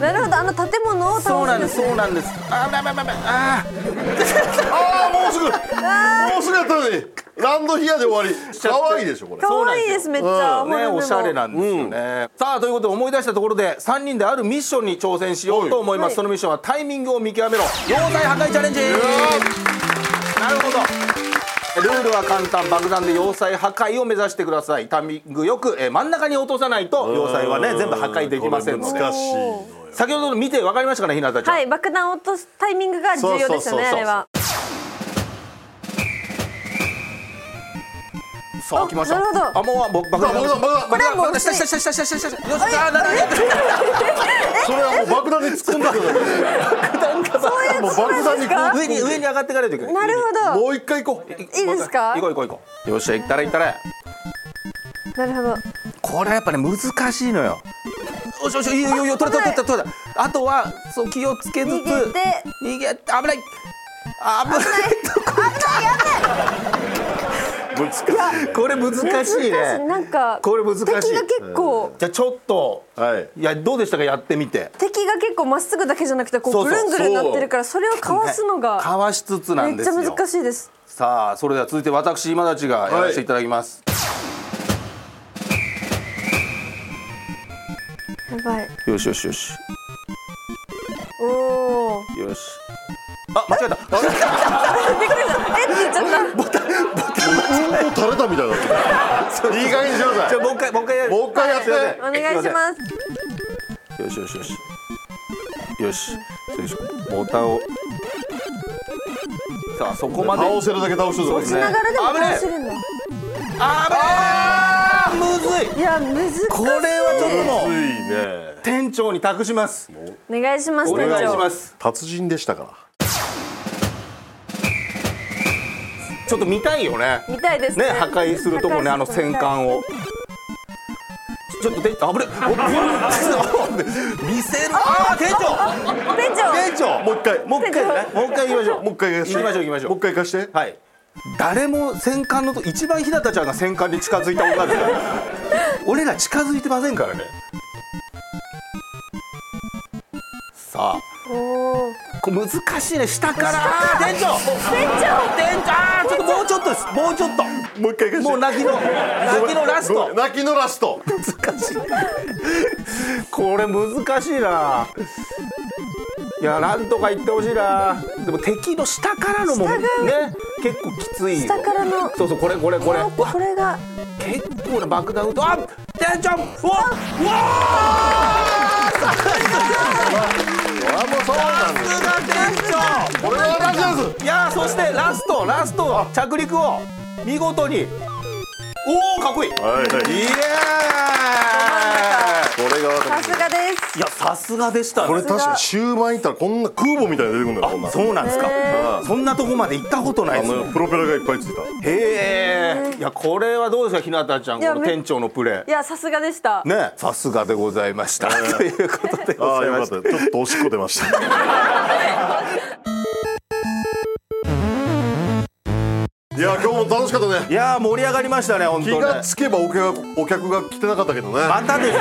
[SPEAKER 3] なるほどあの建物を
[SPEAKER 1] そう
[SPEAKER 3] 倒
[SPEAKER 1] な
[SPEAKER 3] す
[SPEAKER 1] んでそ
[SPEAKER 3] んですす
[SPEAKER 1] う
[SPEAKER 3] ね
[SPEAKER 1] なんですあ危ない危ない危ないあ
[SPEAKER 2] ああもうすぐもうすぐやったのにランドヒアで終わり可愛いでしょこれ
[SPEAKER 3] 可愛いですめっちゃ
[SPEAKER 1] あねおしゃれ
[SPEAKER 3] な
[SPEAKER 1] なんですよね、さあということで思い出したところで3人であるミッションに挑戦しようと思います、
[SPEAKER 3] はい
[SPEAKER 1] そのミッションはタイミングを見極めろ要塞破壊チャレンジなるほどルールは簡単爆弾で要塞破壊を目指してくださいタイミングよく、えー真ん中に落とさないと要塞はね全部破壊できませんの
[SPEAKER 2] こ
[SPEAKER 1] で
[SPEAKER 2] れ難しいのよ
[SPEAKER 1] 先ほどの見て分かりましたかねひなたちゃん、
[SPEAKER 3] はい爆弾を落とすタイミングが重要です
[SPEAKER 2] そうそ
[SPEAKER 3] よね
[SPEAKER 2] うそうそう
[SPEAKER 3] あれは
[SPEAKER 1] さあ
[SPEAKER 3] あ
[SPEAKER 1] 来ました
[SPEAKER 3] なるほど
[SPEAKER 1] あもう僕爆弾
[SPEAKER 2] 爆弾
[SPEAKER 1] 爆
[SPEAKER 2] 爆弾
[SPEAKER 1] 弾
[SPEAKER 3] これはもう
[SPEAKER 1] 爆弾下下下下下下下下よしあーなるほど
[SPEAKER 2] それはもう爆弾に突っ込んだからねもう爆弾にこ
[SPEAKER 1] 上に上に上がっていかないといけない
[SPEAKER 3] なる
[SPEAKER 2] う
[SPEAKER 3] ほ
[SPEAKER 2] もう一回行こう
[SPEAKER 3] どいいですか
[SPEAKER 1] 行こう行こう行こうよっしゃ行ったれ行ったれ
[SPEAKER 3] なるほど
[SPEAKER 1] これはやっぱね難しいのよよしよしいいよいいよいいよ取れた取れた取れたあとはそう気をつけつつ
[SPEAKER 3] 逃げて
[SPEAKER 1] 逃げて危ないあ危ない
[SPEAKER 2] 難しい
[SPEAKER 1] これ難しいね
[SPEAKER 3] 難しいなんか
[SPEAKER 1] これ難しい
[SPEAKER 3] 敵が結構
[SPEAKER 1] じゃあちょっと、
[SPEAKER 2] はい
[SPEAKER 1] いやどうでしたかやってみて
[SPEAKER 3] 敵が結構まっすぐだけじゃなくてこ
[SPEAKER 1] そう
[SPEAKER 3] う
[SPEAKER 1] そう
[SPEAKER 3] ぐるんぐるんなってるからそれをかわすの
[SPEAKER 1] ねか
[SPEAKER 3] が
[SPEAKER 1] わしつつな
[SPEAKER 3] め
[SPEAKER 1] ん
[SPEAKER 3] っ
[SPEAKER 1] で
[SPEAKER 3] ち
[SPEAKER 1] す
[SPEAKER 3] ゃ
[SPEAKER 1] よ
[SPEAKER 3] 難しいです
[SPEAKER 1] さあそれでは続いて私今立ちがやらせていただきます、
[SPEAKER 3] やばい
[SPEAKER 1] よしよしよし
[SPEAKER 3] おお
[SPEAKER 1] よしあ間違え たあれ
[SPEAKER 3] びっくりしたえって言っちゃった
[SPEAKER 2] うんこ垂れたみたいになってるいい加減にしな
[SPEAKER 1] じ
[SPEAKER 2] さ
[SPEAKER 1] ゃあもう一回もう一回やる
[SPEAKER 2] いもう一回やって
[SPEAKER 1] はい
[SPEAKER 3] お願いします
[SPEAKER 1] よしよしよしよしよしボタンをさあそこまで
[SPEAKER 2] 倒せるだけ倒して
[SPEAKER 1] そうで
[SPEAKER 2] ぞ
[SPEAKER 3] し
[SPEAKER 1] すね
[SPEAKER 3] ながらでも
[SPEAKER 1] 危ねえ
[SPEAKER 3] 倒せるんだ
[SPEAKER 1] あーむずい
[SPEAKER 3] いや難しい
[SPEAKER 1] これはちょっと
[SPEAKER 2] つ
[SPEAKER 1] もう
[SPEAKER 2] いね
[SPEAKER 1] 店長に託します
[SPEAKER 3] お願いします
[SPEAKER 1] お
[SPEAKER 3] 店
[SPEAKER 1] 願いし
[SPEAKER 3] 長
[SPEAKER 1] ます
[SPEAKER 2] 達人でしたから
[SPEAKER 1] ちょっと見たいよね
[SPEAKER 3] 見たいです
[SPEAKER 1] ね
[SPEAKER 3] ね
[SPEAKER 1] 破壊するとこねあの戦艦をちょっとであぶれお見せるああ店長
[SPEAKER 3] 店長
[SPEAKER 1] 店長
[SPEAKER 2] もう一回
[SPEAKER 1] もう一回ねもう一回行きましょう
[SPEAKER 2] もう一回行き
[SPEAKER 1] 行きましょう行きましょう
[SPEAKER 2] もう一回行かして
[SPEAKER 1] はい。誰も戦艦のと一番ひなたちゃんが戦艦に近づいた女ですから。俺ら近づいてませんからね。さあ、
[SPEAKER 3] おー
[SPEAKER 1] これ難しいね下からあー店長
[SPEAKER 3] 店長
[SPEAKER 1] 店長あーちょっともうちょっとですもうちょっと
[SPEAKER 2] もう一回行かせて
[SPEAKER 1] もう泣きの泣きのラス
[SPEAKER 2] ごめ
[SPEAKER 1] ト
[SPEAKER 2] ん泣きのラスト
[SPEAKER 1] 難しい これ難しいないやなんとか言ってほしいなでも敵の下からのもね
[SPEAKER 3] 下が
[SPEAKER 1] 結構きついよ
[SPEAKER 3] 下からの
[SPEAKER 1] そうそうこれこれこれう
[SPEAKER 3] あ
[SPEAKER 1] わ
[SPEAKER 3] これが
[SPEAKER 1] 結構な爆弾打とあ店長うわうわ
[SPEAKER 2] あもうそうなんです
[SPEAKER 1] さすが店長
[SPEAKER 2] これは私です
[SPEAKER 1] いやーそしてラストラスト着陸を見事におおかっこいい、
[SPEAKER 2] はい
[SPEAKER 1] イエーイ
[SPEAKER 2] これが私
[SPEAKER 3] さすがです
[SPEAKER 1] いやさすがでしたね
[SPEAKER 2] これ確かにシューマイ行ったらこんな空母みたいなの出てくるんだよこんな
[SPEAKER 1] そうなんですか、そんなとこまで行ったことない
[SPEAKER 2] あ
[SPEAKER 1] ですよ
[SPEAKER 2] のプロペラがいっぱいついた
[SPEAKER 1] へえいやこれはどうですかひなたちゃん
[SPEAKER 3] いや
[SPEAKER 1] この
[SPEAKER 3] め
[SPEAKER 1] 店長のプレ
[SPEAKER 3] いやさすがでした
[SPEAKER 1] ーねさすがでございました、ということで
[SPEAKER 2] あ
[SPEAKER 1] ご
[SPEAKER 2] あ
[SPEAKER 1] ざい
[SPEAKER 2] よか
[SPEAKER 1] ま
[SPEAKER 2] っ
[SPEAKER 1] した
[SPEAKER 2] たちょっとおしっこ出 ましたいや今日も楽しかったね
[SPEAKER 1] いやー盛り上がりましたね本
[SPEAKER 2] 気
[SPEAKER 1] 当ね
[SPEAKER 2] がつけばお客がお客が来てなかったけどね
[SPEAKER 1] またですね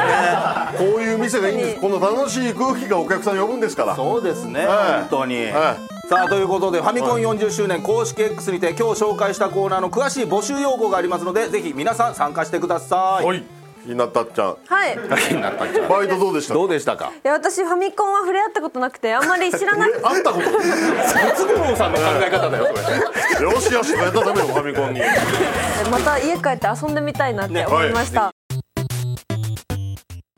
[SPEAKER 2] こういう店がいいんですこの楽しい空気がお客さん呼ぶんですから
[SPEAKER 1] そうですね、
[SPEAKER 2] はい
[SPEAKER 1] 本当に、
[SPEAKER 2] は
[SPEAKER 1] さあということでファミコン40周年公式 X にて今日紹介したコーナーの詳しい募集要項がありますのでぜひ皆さん参加してください
[SPEAKER 2] はいひなたっちゃん
[SPEAKER 3] はいい
[SPEAKER 1] 気になったんじゃん
[SPEAKER 2] バイトどうでした
[SPEAKER 1] どうでしたか
[SPEAKER 3] や私ファミコンは触れ合ったことなくてあんまり知らなくて
[SPEAKER 2] あったこと
[SPEAKER 1] ムツゴロウさんの考え方だよそれ
[SPEAKER 2] よしよしとかやったらダメよファミコンに
[SPEAKER 3] また家帰って遊んでみたいなって思いました、